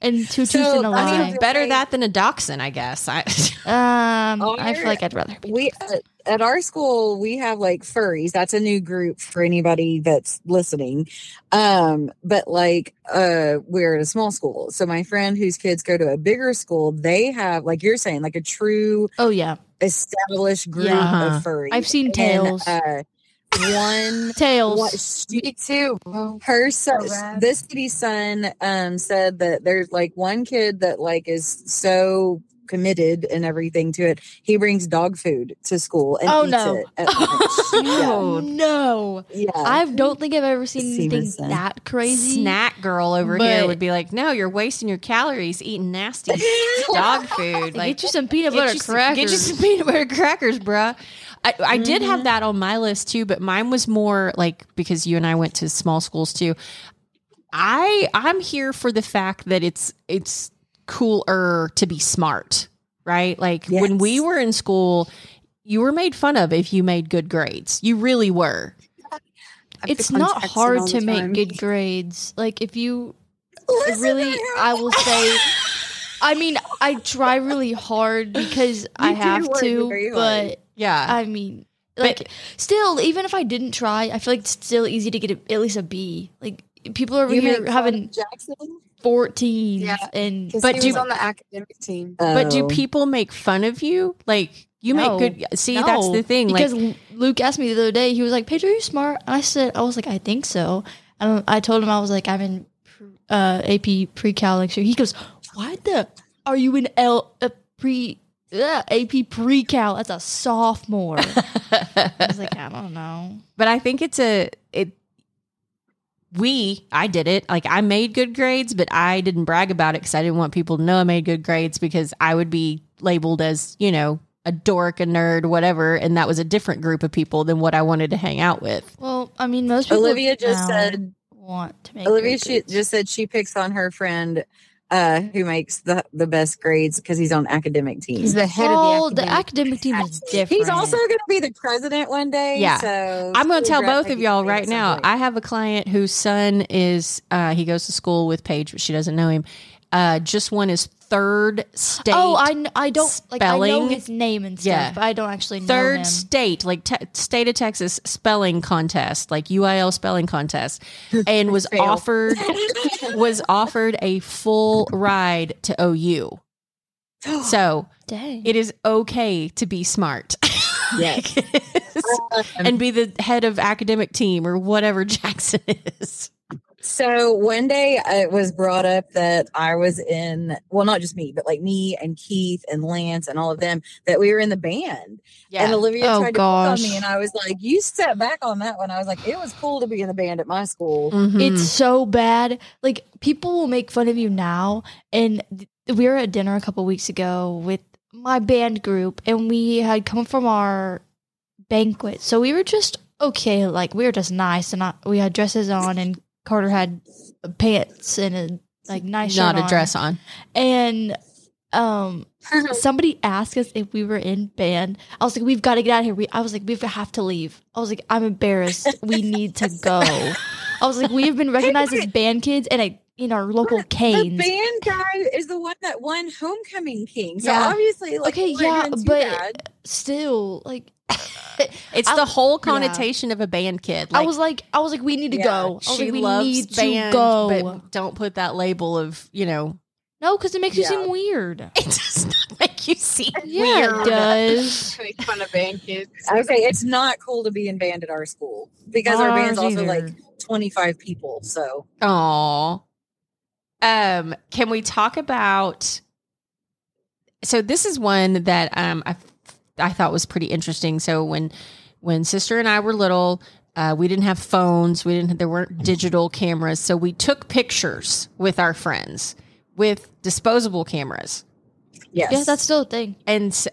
and two
So,
truths and a
I mean,
I
lie.
mean, better
Right.
that than a dachshund, I guess. I,
Um,
Are-
I feel like I'd rather be.
we at, at our school we have like furries that's a new group for anybody that's listening um but like uh we're at a small school so my friend whose kids go to a bigger school they have like you're saying like a true
Oh yeah,
established group
Yeah.
of furries
I've seen
And,
tails.
uh, one what
Tails.
she-
Me too. bro.
her son,
Correct.
this city's son, um, said that there's like one kid that like is so committed and everything to it. He brings dog food to school and
Oh,
eats
no.
it. At lunch. yeah.
Oh.
no.
Yeah.
I don't think I've ever seen anything
Seamless, uh,
that crazy.
Snack girl over here
But-
would be like, "No, you're wasting your calories eating nasty dog food."
Like,
Like,
get you some peanut
Get
butter
you, some,
crackers. Mm-hmm.
get you some peanut butter crackers, bruh. I, I did have that on my list too, but mine was more like because you and I went to small schools too. I I'm here for the fact that it's it's cooler to be smart, right? Like when we
Yes.
were in school, you were made fun of if you made good grades. You really were.
I
it's
put
not
contacts in all
hard
the
to make
time.
good grades. Like if you
Listen to
really,
her.
I will say, I mean, I try really hard because I
do
have
work very hard.
to, but
Yeah.
I mean, like, still, even if I didn't try, I feel like it's still easy to get a, at least a B. Like people over
You make
here
fun
having
of Jackson.
fourteen
Yeah.
and
'Cause
But
he
do-
was on the academic team.
but do
Oh.
people make fun of you? Like you
No.
make good See, that's
No,
the thing. Like
Because L- Luke asked me the other day, he was like, "Pedro, are you smart?" And I said, "I was like, I think so." And I told him I was like, "I'm in uh, AP pre-cal next year." He goes, "Why the are you in L uh, pre uh, AP pre-cal as a sophomore?" I was like, "I don't know."
but I think it's a it. We, I did it. Like I made good grades, but I didn't brag about it because I didn't want people to know I made good grades because I would be labeled as you know a dork, a nerd, whatever, and that was a different group of people than what I wanted to hang out with.
Well, I mean, most people
Olivia just
now
said
want to make
Olivia
great
she
grades.
just said she picks on her friend uh who makes the the best grades because he's on academic
He's
teams.
the head
well,
of
Oh, the academic team is different.
He's also going to be the president one day.
Yeah.
So
I'm going to tell
figure out
both
if
of
he can
y'all
be at
right
some
now.
point.
I have a client whose son is uh, he goes to school with Paige, but she doesn't know him. Uh, just won his third state.
Oh, I, kn- I don't like I know
spelling.
his name and stuff,
Yeah.
but I don't actually know
third
him.
state like te- state of texas spelling contest like uil spelling contest and was
Fail.
offered was offered a full ride to ou so
Dang.
it is okay to be smart
Yes.
Um,
and be the head of academic team or whatever jackson is
So one day uh, it was brought up that I was in, well, not just me, but like me and Keith and Lance and all of them, that we were in the band. And Olivia
Oh,
tried to pick on
gosh.
me, and I was like, "You step back on that one." I was like, "It was cool to be in the band at my school."
Mm-hmm.
It's so bad. Like people will make fun of you now. And th- we were at dinner a couple weeks ago with my band group, and we had come from our banquet, so we were just okay. Like we were just nice, and I, we had dresses on, and Carter had pants and a like nice
not
shirt
a
on.
dress on
and um somebody asked us if we were in band. I was like, we've got to get out of here. We, I was like, we have to leave. I was like, I'm embarrassed. We need to go. I was like, we have been recognized as band kids and a, in our local
The
canes.
band guy is the one that won Homecoming King, so
Yeah.
obviously, like, we
Okay,
weren't
yeah,
doing too
but
bad.
Still, like,
it's
I-
the whole
yeah.
connotation of a band kid like,
I was like, I was like, we need to
Yeah,
go. I was
she
like, oh, we
loves
need
band,
to go.
but don't put that label of you know
No, because it makes
Yeah.
you seem weird.
It does not make you seem
Yeah, it
weird.
does.
Make fun of band kids.
okay, it's not cool to be in band at our school because our band's also like twenty five people. So
Aw. Um, can we talk about so this is one that um I I thought was pretty interesting. So when when sister and I were little, uh, we didn't have phones, we didn't there weren't digital cameras, so we took pictures with our friends with disposable cameras.
yes,
Yeah, that's still a thing.
And so,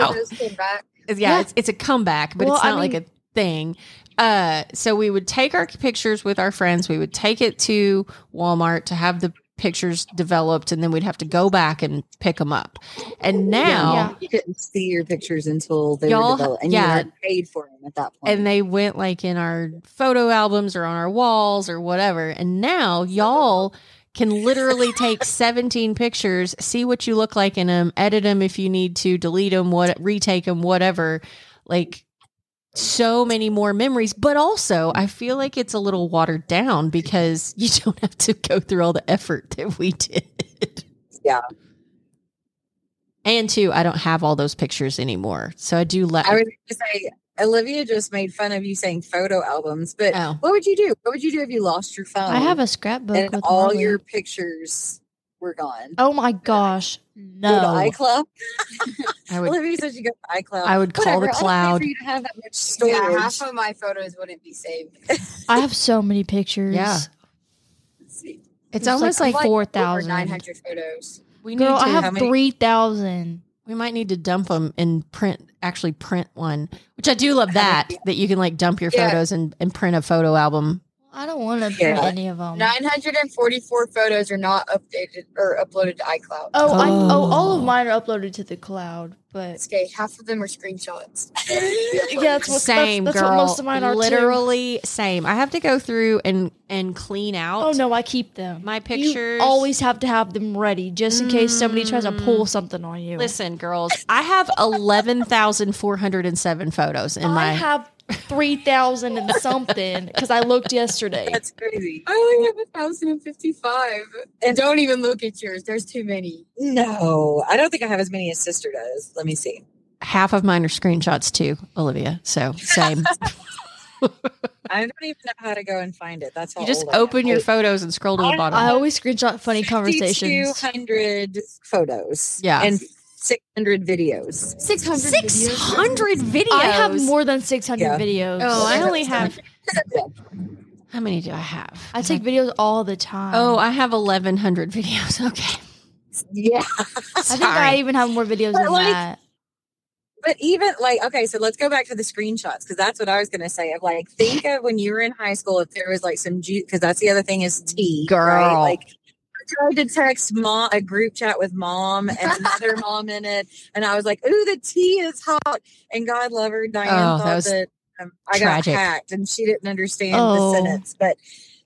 Oh.
Yeah, those came back.
yeah,
Yeah.
It's, it's a comeback, but
Well,
it's
I
not like
mean-
a thing. Uh, so we would take our pictures with our friends. We would take it to Walmart to have the pictures developed, and then we'd have to go back and pick them up. And now,
Yeah.
you couldn't see your pictures until they
Y'all-
were developed, and
yeah.
you had paid for them at that point.
and they went like in our photo albums or on our walls or whatever. And now y'all can literally take 17 pictures, see what you look like in them, edit them if you need to, delete them, what retake them, whatever. Like so many more memories, but also I feel like it's a little watered down because you don't have to go through all the effort that we did.
Yeah.
And two, I don't have all those pictures anymore. So I do let
I was going to say Olivia just made fun of you saying photo albums, but
Oh.
what would you do? What would you do if you lost your phone?
I have a scrapbook
um, and
with
all
Marley.
your pictures we're gone.
Oh my gosh.
Go to
No.
iCloud.
I would
Olivia says you go to iCloud.
I would call the
Whatever, I don't pay
cloud.
for you to have that much storage.
Yeah, half of my photos wouldn't be saved.
I have so many pictures.
Yeah.
Let's see.
It's
It's like
almost like,
what?
Like, over
4,000.
900 photos.
we need
Girl,
to
I
How
have
many-
3,000.
we might need to dump them and print actually print one, which I do love that that you can like dump your
Yeah.
photos and, and print a photo album.
I don't want to
Yeah.
print any of them.
944 photos are not updated or uploaded to iCloud.
Oh, I, oh, all
Oh.
of mine are uploaded to the cloud, but
It's okay. Half of them are screenshots.
yeah, that's what,
same
that's, that's
girl,
what most of mine are too.
literally same. I have to go through and and clean out.
Oh no, I keep them.
my
You
pictures.
always have to have them ready just in case somebody tries to pull something on you.
Mm. Listen, girls, I have 11,407 photos in
I
my.
have three thousand and something because I looked yesterday.
That's crazy.
I only have 1,055. And don't even look at yours. There's too many.
No, I don't think I have as many as sister does. Let me see.
half of mine are screenshots too, Olivia. So, same.
I don't even know how to go and find it. That's how
you just
old I am.
open your photos and scroll to the bottom.
I always screenshot funny conversations.
200 photos.
Yeah.
And 600 videos.
600.
600 videos.
I have more than six hundred
Yeah.
videos.
Oh, I
Six
only have. How many do I have?
I take videos all the time.
Oh, I have 1,100 videos. Okay.
Yeah.
I think I even have more videos
But,
than
like,
that.
But even like, okay, so let's go back to the screenshots because that's what I was going to say. Of like, think of when you were in high school, if there was like some juice, because that's the other thing is tea. Right?
Girl.
Like, I tried to text mom a group chat with mom and another mom in it, and I was like, "Ooh, the tea is hot!" And God love her, Diane
Oh, that
thought
was
that um, I
tragic.
got hacked, and she didn't understand
Oh.
the sentence. But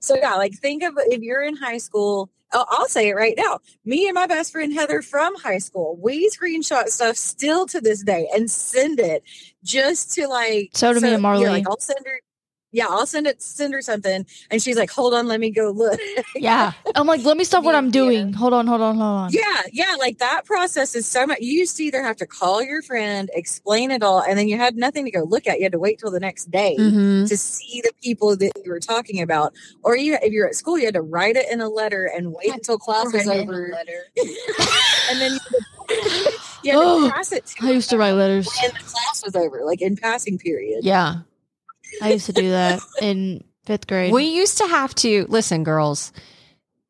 so yeah, like think of if you're in high school. Oh, I'll say it right now. Me and my best friend Heather from high school, we screenshot stuff still to this day and send it just to like.
So do me and
you're
Marley.
Like, I'll send her. Yeah, I'll send it. Send her something, and she's like, "Hold on, let me go look."
Yeah.
I'm like, let me stop what
Yeah.
I'm doing. Hold on, hold on, hold on.
Yeah, yeah, like that process is so much. You used to either have to call your friend, explain it all, and then you had nothing to go look at. You had to wait till the next day
Mm-hmm.
to see the people that you were talking about. Or you, if you're at school, you had to write it in a letter and wait until class was over, and then you, you had to
Oh,
pass it to
I used to write letters.
when the class was over, like in passing period.
Yeah.
I used to do that in fifth grade.
We used to have to listen, girls.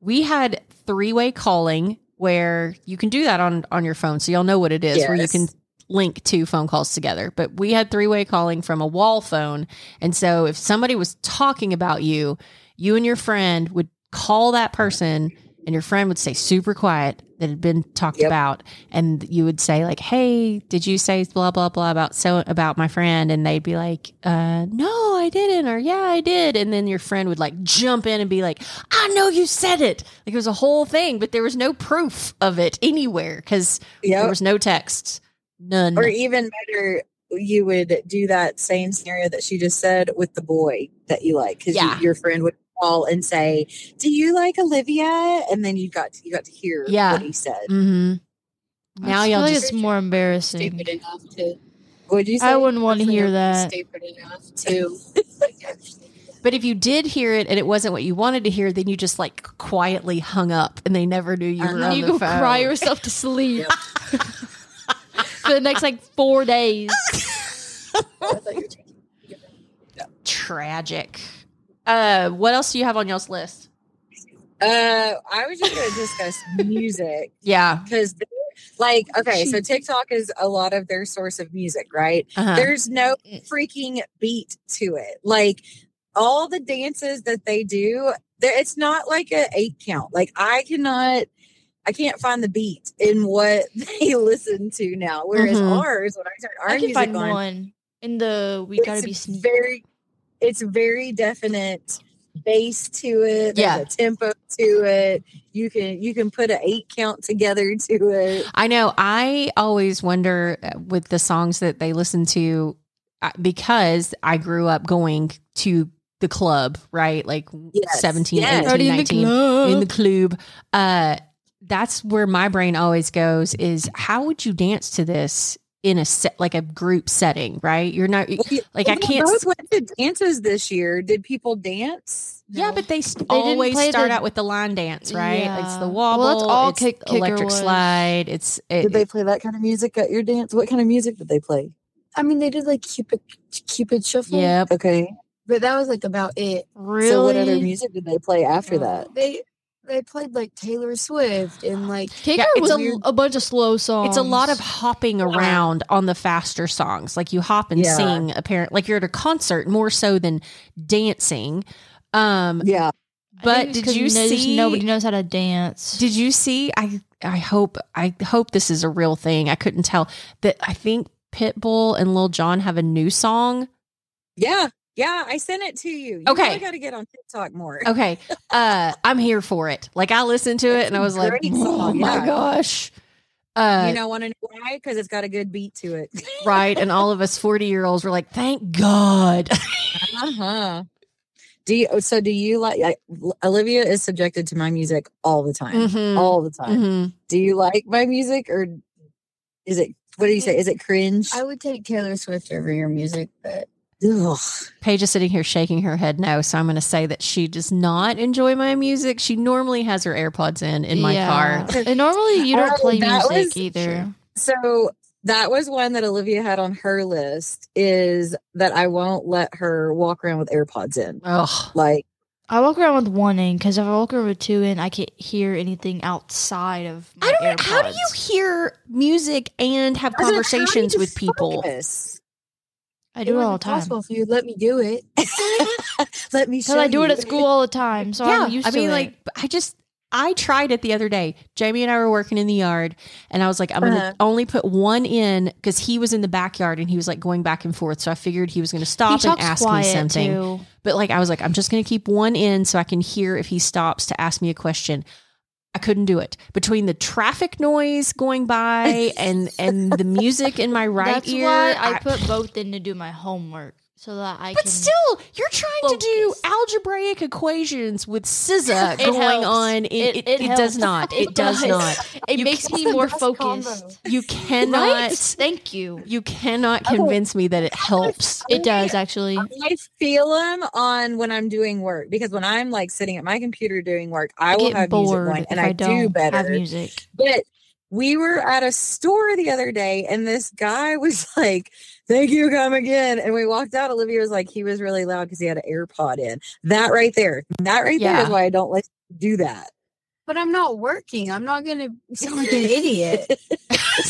We had three-way calling where you can do that on on your phone, so y'all know what it is, where you
Yes.
can link two phone calls together. But we had three-way calling from a wall phone, and so if somebody was talking about you, you and your friend would call that person, and your friend would say super quiet that had been talked
Yep.
about, and you would say like, "Hey, did you say blah blah blah about so about my friend?" And they'd be like, "Uh, no, I didn't," or "Yeah, I did." And then your friend would like jump in and be like, "I know you said it." Like it was a whole thing, but there was no proof of it anywhere because there
Yep.
was no text, none.
Or even better, you would do that same scenario that she just said with the boy that you like, because
Yeah.
your friend would call and say, "Do you like Olivia?" And then you got to, you got to hear
Yeah.
what he said.
hmm Now
I just feel
y'all
like
just
it's more embarrassing.
Stupid enough to.
Would you say?
I wouldn't want to hear that.
Stupid enough to.
But if you did hear it and it wasn't what you wanted to hear, then you just like quietly hung up and they never knew you were
Uh-huh.
on
You
the
go
phone.
cry yourself to sleep for the next like four days.
Tragic. Uh, what else do you have on y'all's list?
uh, I was just going to discuss music
Yeah.
because, like, okay, so TikTok is a lot of their source of music, right?
Uh-huh.
There's no freaking beat to it. Like all the dances that they do, there it's not like a eight count. Like I cannot I can't find the beat in what they listen to now. Whereas
Mhm.
ours, when I turn our
Mm-hmm. I can
music
find
on,
one in the we gotta be
it's
sneaky.
very it's very definite bass to it. There's
Yeah.
a tempo to it. You can you can put an eight count together to it.
I know. I always wonder uh, with the songs that they listen to uh, because I grew up going to the club, right? Like
Yes.
17,
Yes.
18, 19. in the club. Uh, that's where my brain always goes is how would you dance to this in a set like a group setting, right? You're not like I
We
can't.
Both went to dances this year. Did people dance?
Yeah, but they, st-
They didn't
always
play
start
the-
out with the line dance, right? It's
Yeah.
the
Well,
wobble.
that's all
it's
kick- kicker
electric
was.
slide. It's it,
Did they play that kind of music at your dance? What kind of music did they play?
I mean, they did like Cupid, Cupid Shuffle.
Yep.
Okay.
But that was like about it.
Really?
So what other music did they play after
Oh.
that?
They they played like Taylor Swift and like
Kicker
Yeah, it's
was
a
a,
weird-
a bunch of slow songs.
It's a lot of hopping around on the faster songs. Like you hop and
Yeah.
sing, apparently, like you're at a concert more so than dancing. Um,
Yeah.
I think
but
it's
did
'cause
you
no- just
see?
Nobody knows how to dance.
Did you see? I I hope I hope this is a real thing. I couldn't tell that. I think Pitbull and Lil Jon have a new song.
Yeah. Yeah. I sent it to you. You
Okay.
I got to get on TikTok more.
Okay, uh, I'm here for it. Like I listened to it
It's
and
a
I was like,
great
oh
song,
my
yeah.
gosh. Uh,
you know, want to know why? Because it's got a good beat to it.
right, and all of us forty year olds were like, "Thank God!"
Uh
Uh-huh.
huh. Do you, oh, so? Do you like I, Olivia is subjected to my music all the time,
Mhm.
all the time.
Mhm.
Do you like my music or is it? What do you say? Is it cringe?
I would take Taylor Swift over your music, but
Ugh.
Paige is sitting here shaking her head no. So I'm going to say that she does not enjoy my music. She normally has her AirPods in in my car.
Yeah. And normally you don't
Oh,
play
that
music
was-
either.
So that was one that Olivia had on her list. Is that I won't let her walk around with AirPods in.
Ugh.
Like
I walk around with one in because if I walk around with two in, I can't hear anything outside of my
I don't.
AirPods.
How do you hear music and have
I was like, how do you
conversations with people?
focus?
I do it all the time.
Possible if you let me do it.
Let me
Because
show
I do it
you.
at school all the time, so I'm used
I
to
mean,
it.
like, I just I tried it the other day. Jamie and I were working in the yard, and I was like, I'm gonna
Uh-huh.
only put one in because he was in the backyard and he was like going back and forth. So I figured he was gonna
he
stop and
talks
ask me
quiet
something.
too.
But like I was like, I'm just gonna keep one in so I can hear if he stops to ask me a question. I couldn't do it between the traffic noise going by and and the music in my right
That's
ear.
why I put both in to do my homework so that I
but
can.
still, you're trying to do
focus.
algebraic equations with SZA
It
going
helps.
on. It, it, it, does
helps.
not. It does not.
It
You
makes me
can't-
more
That's a combo.
focused.
You cannot.
Right? Thank you.
You cannot
Oh.
convince me that it helps.
It does actually.
I feel them on when I'm doing work because when I'm like sitting at my computer doing work, I,
I
will
get
have music
bored
going and
if I,
I,
don't
do
have
better.
music.
But we were at a store the other day and this guy was like, Thank you, come again. And we walked out. Olivia was like, He was really loud because he had an AirPod in. That right there, that right there
Yeah.
is why I don't like to do that.
But I'm not working. I'm not gonna sound like an idiot.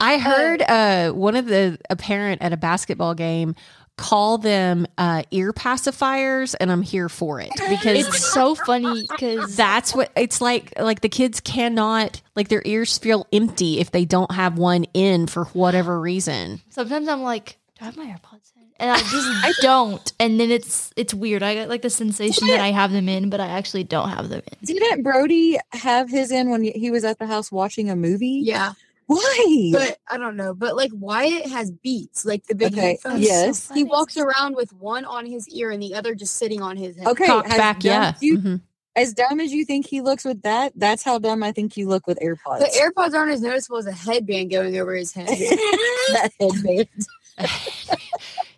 I heard
um,
uh, one of the a parent at a basketball game call them uh, ear pacifiers, and I'm here for it
It's
because
so funny because
that's what it's like. Like the kids cannot like their ears feel empty if they don't have one in for whatever reason.
sometimes I'm like, do I have my AirPods in? And I just I don't. And then it's it's weird. I get like the sensation that I have them in, but I actually don't have them in.
Didn't Brody have his in when he was at the house watching a movie?
yeah,
Why?
but I don't know. But like Wyatt has beats, like the big
Okay,
headphones.
yes.
he walks around with one on his ear and the other just sitting on his head.
okay,
Cocked
as
back,
dumb
yeah.
as you-
Mhm.
as dumb as you think he looks with that, that's how dumb I think you look with AirPods.
The AirPods aren't as noticeable as a headband going over his head.
that headband.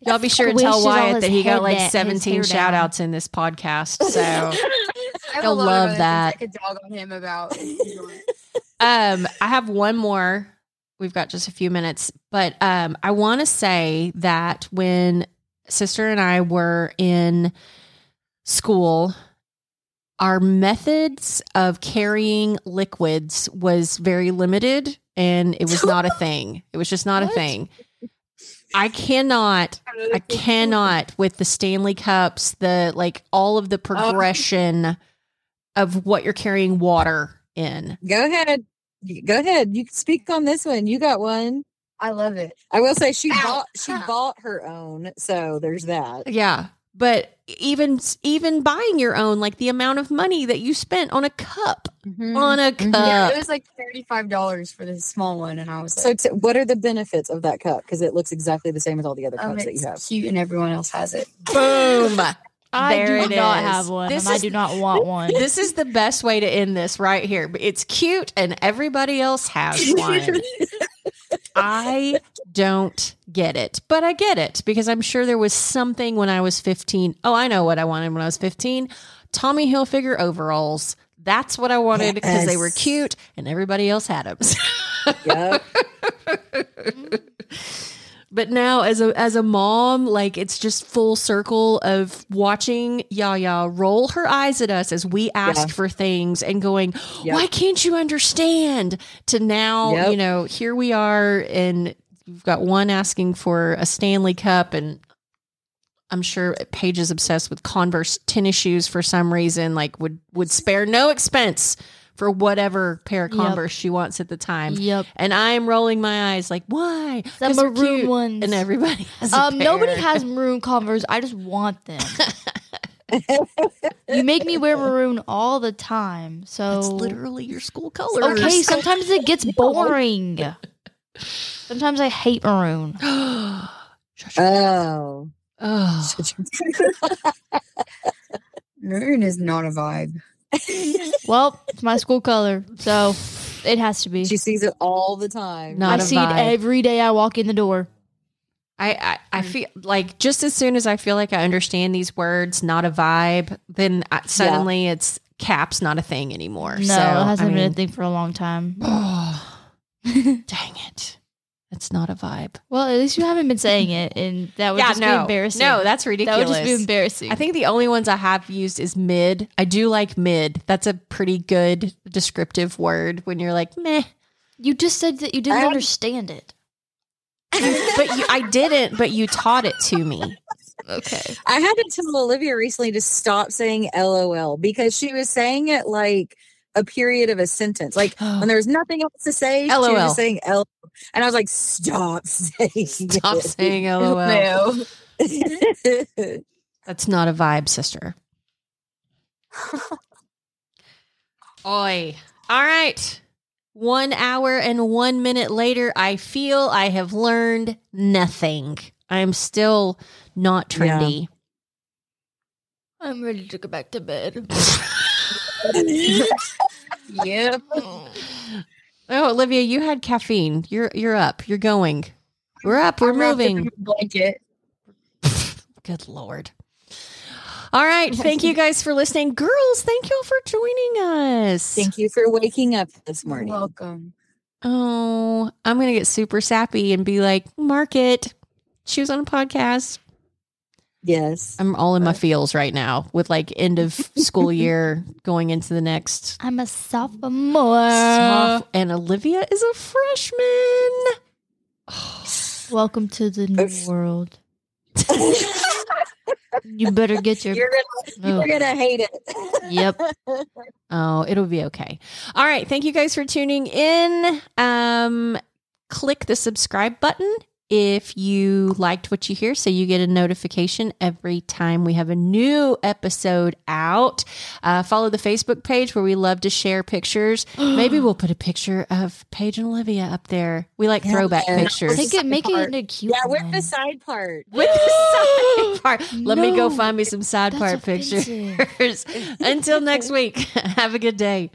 Y'all be sure and
Squishes
tell
all
Wyatt
his
that he
hair
got like
da- his
17
hair
shout
down.
outs in this podcast. So.
I have a
You'll
lot of
love
other things
that.
I could dog on him about.
um, I have one more. We've got just a few minutes, but um, I want to say that when sister and I were in school, our methods of carrying liquids was very limited and it was not a thing. It was just not a
What?
thing. I cannot I cannot with the Stanley Cups, the like all of the progression of what you're carrying water in.
Go ahead. Y- Go ahead. You can speak on this one. You got one.
I love it.
I will say she
Ow.
bought she
Ow.
bought her own, so there's that.
Yeah. But even even buying your own, like the amount of money that you spent on a cup,
Mm-hmm.
on a cup.
Mhm.
Yeah, it was like thirty-five dollars for the small one, and I was
So,
like,
t- what are the benefits of that cup? Because it looks exactly the same as all the other
um,
cups that you have.
it's cute, and everyone else has it.
Boom.
I
There
do
it
not
is.
have one.
This
and I
is-
do not want one.
this is the best way to end this right here. But It's cute, and everybody else has one. I don't get it, but I get it because I'm sure there was something when I was 15. Oh, I know what I wanted when I was 15 Tommy Hilfiger overalls. That's what I wanted because they were
Yes.
cute and everybody else had them.
Yep.
but now as a as a mom like it's just full circle of watching yaya roll her eyes at us as we ask for things and going
Yep.
why can't you understand to now
Yep.
you know here we are and you've got one asking for a stanley cup and i'm sure paige is obsessed with converse tennis shoes for some reason like would would spare no expense for whatever pair of
Yep.
converse she wants at the time
Yep.
and i'm rolling my eyes like why 'Cause
The
they're
maroon
cute
ones.
and everybody has a
um, nobody
pair.
has maroon Converse. I just want them. you make me wear maroon all the time. So
That's literally your school colors.
okay. Sometimes it gets boring. Sometimes I hate maroon.
Shut your-
Oh.
oh,
Maroon is not a vibe.
Well, it's my school color, so it has to be.
She sees it all the time.
No.
I
Not a
see it
vibe.
every day I walk in the door.
I, I I feel like just as soon as I feel like I understand these words, not a vibe, then I, suddenly it's caps not a thing anymore.
No,
so
it hasn't
I
been
mean,
a thing for a long time.
oh, dang it, that's not a vibe.
Well, at least you haven't been saying it, and that would
yeah,
just
no,
be embarrassing.
no, that's
that
ridiculous.
would just be embarrassing.
I think the only ones I have used is mid. I do like mid. That's a pretty good descriptive word when you're like meh.
you just said that you didn't
I-
understand it.
But you, I didn't. But you taught it to me.
Okay.
I
I had to tell Olivia recently to stop saying LOL because she was saying it like a period of a sentence. Like
Oh,
when there was nothing else to say, she was
LOL.
just saying L. And I was like, stop saying
Stop
it."
saying LOL.
No.
That's not a vibe, sister. Oi. All right. One hour and one minute later, I feel I have learned nothing. I'm still not trendy.
I'm ready to go back to bed.
Yep.
Oh, Olivia, you had caffeine. You're you're up. You're going. We're up. We're
I'm wrapped up in
moving.
a Blanket.
Good lord. All right. Thank you guys for listening. Girls, thank y'all for joining us.
Thank you for waking up this
You're
morning.
Welcome.
Oh, I'm going to get super sappy and be like, mark it. She was on a podcast.
yes.
I'm all in my feels right now with like end of school year going into the next.
I'm a sophomore.
Soph- and Olivia is a freshman.
Welcome to the new
Oof.
world. You better get your.
you're gonna
Oh.
you're gonna hate it.
Yep.
Oh, it'll be okay. All right. Thank you guys for tuning in. Um, click the subscribe button if you liked what you hear so you get a notification every time we have a new episode out. Uh, follow the Facebook page where we love to share pictures. Maybe we'll put a picture of Paige and Olivia up there. We like
Yeah.
throwback
Yeah.
pictures.
Take it, make it into a cute.
yeah, with
one.
the side part.
With the side part. Let me go
No.
find me some side
That's
part
offensive.
pictures. Until next week, have a good day.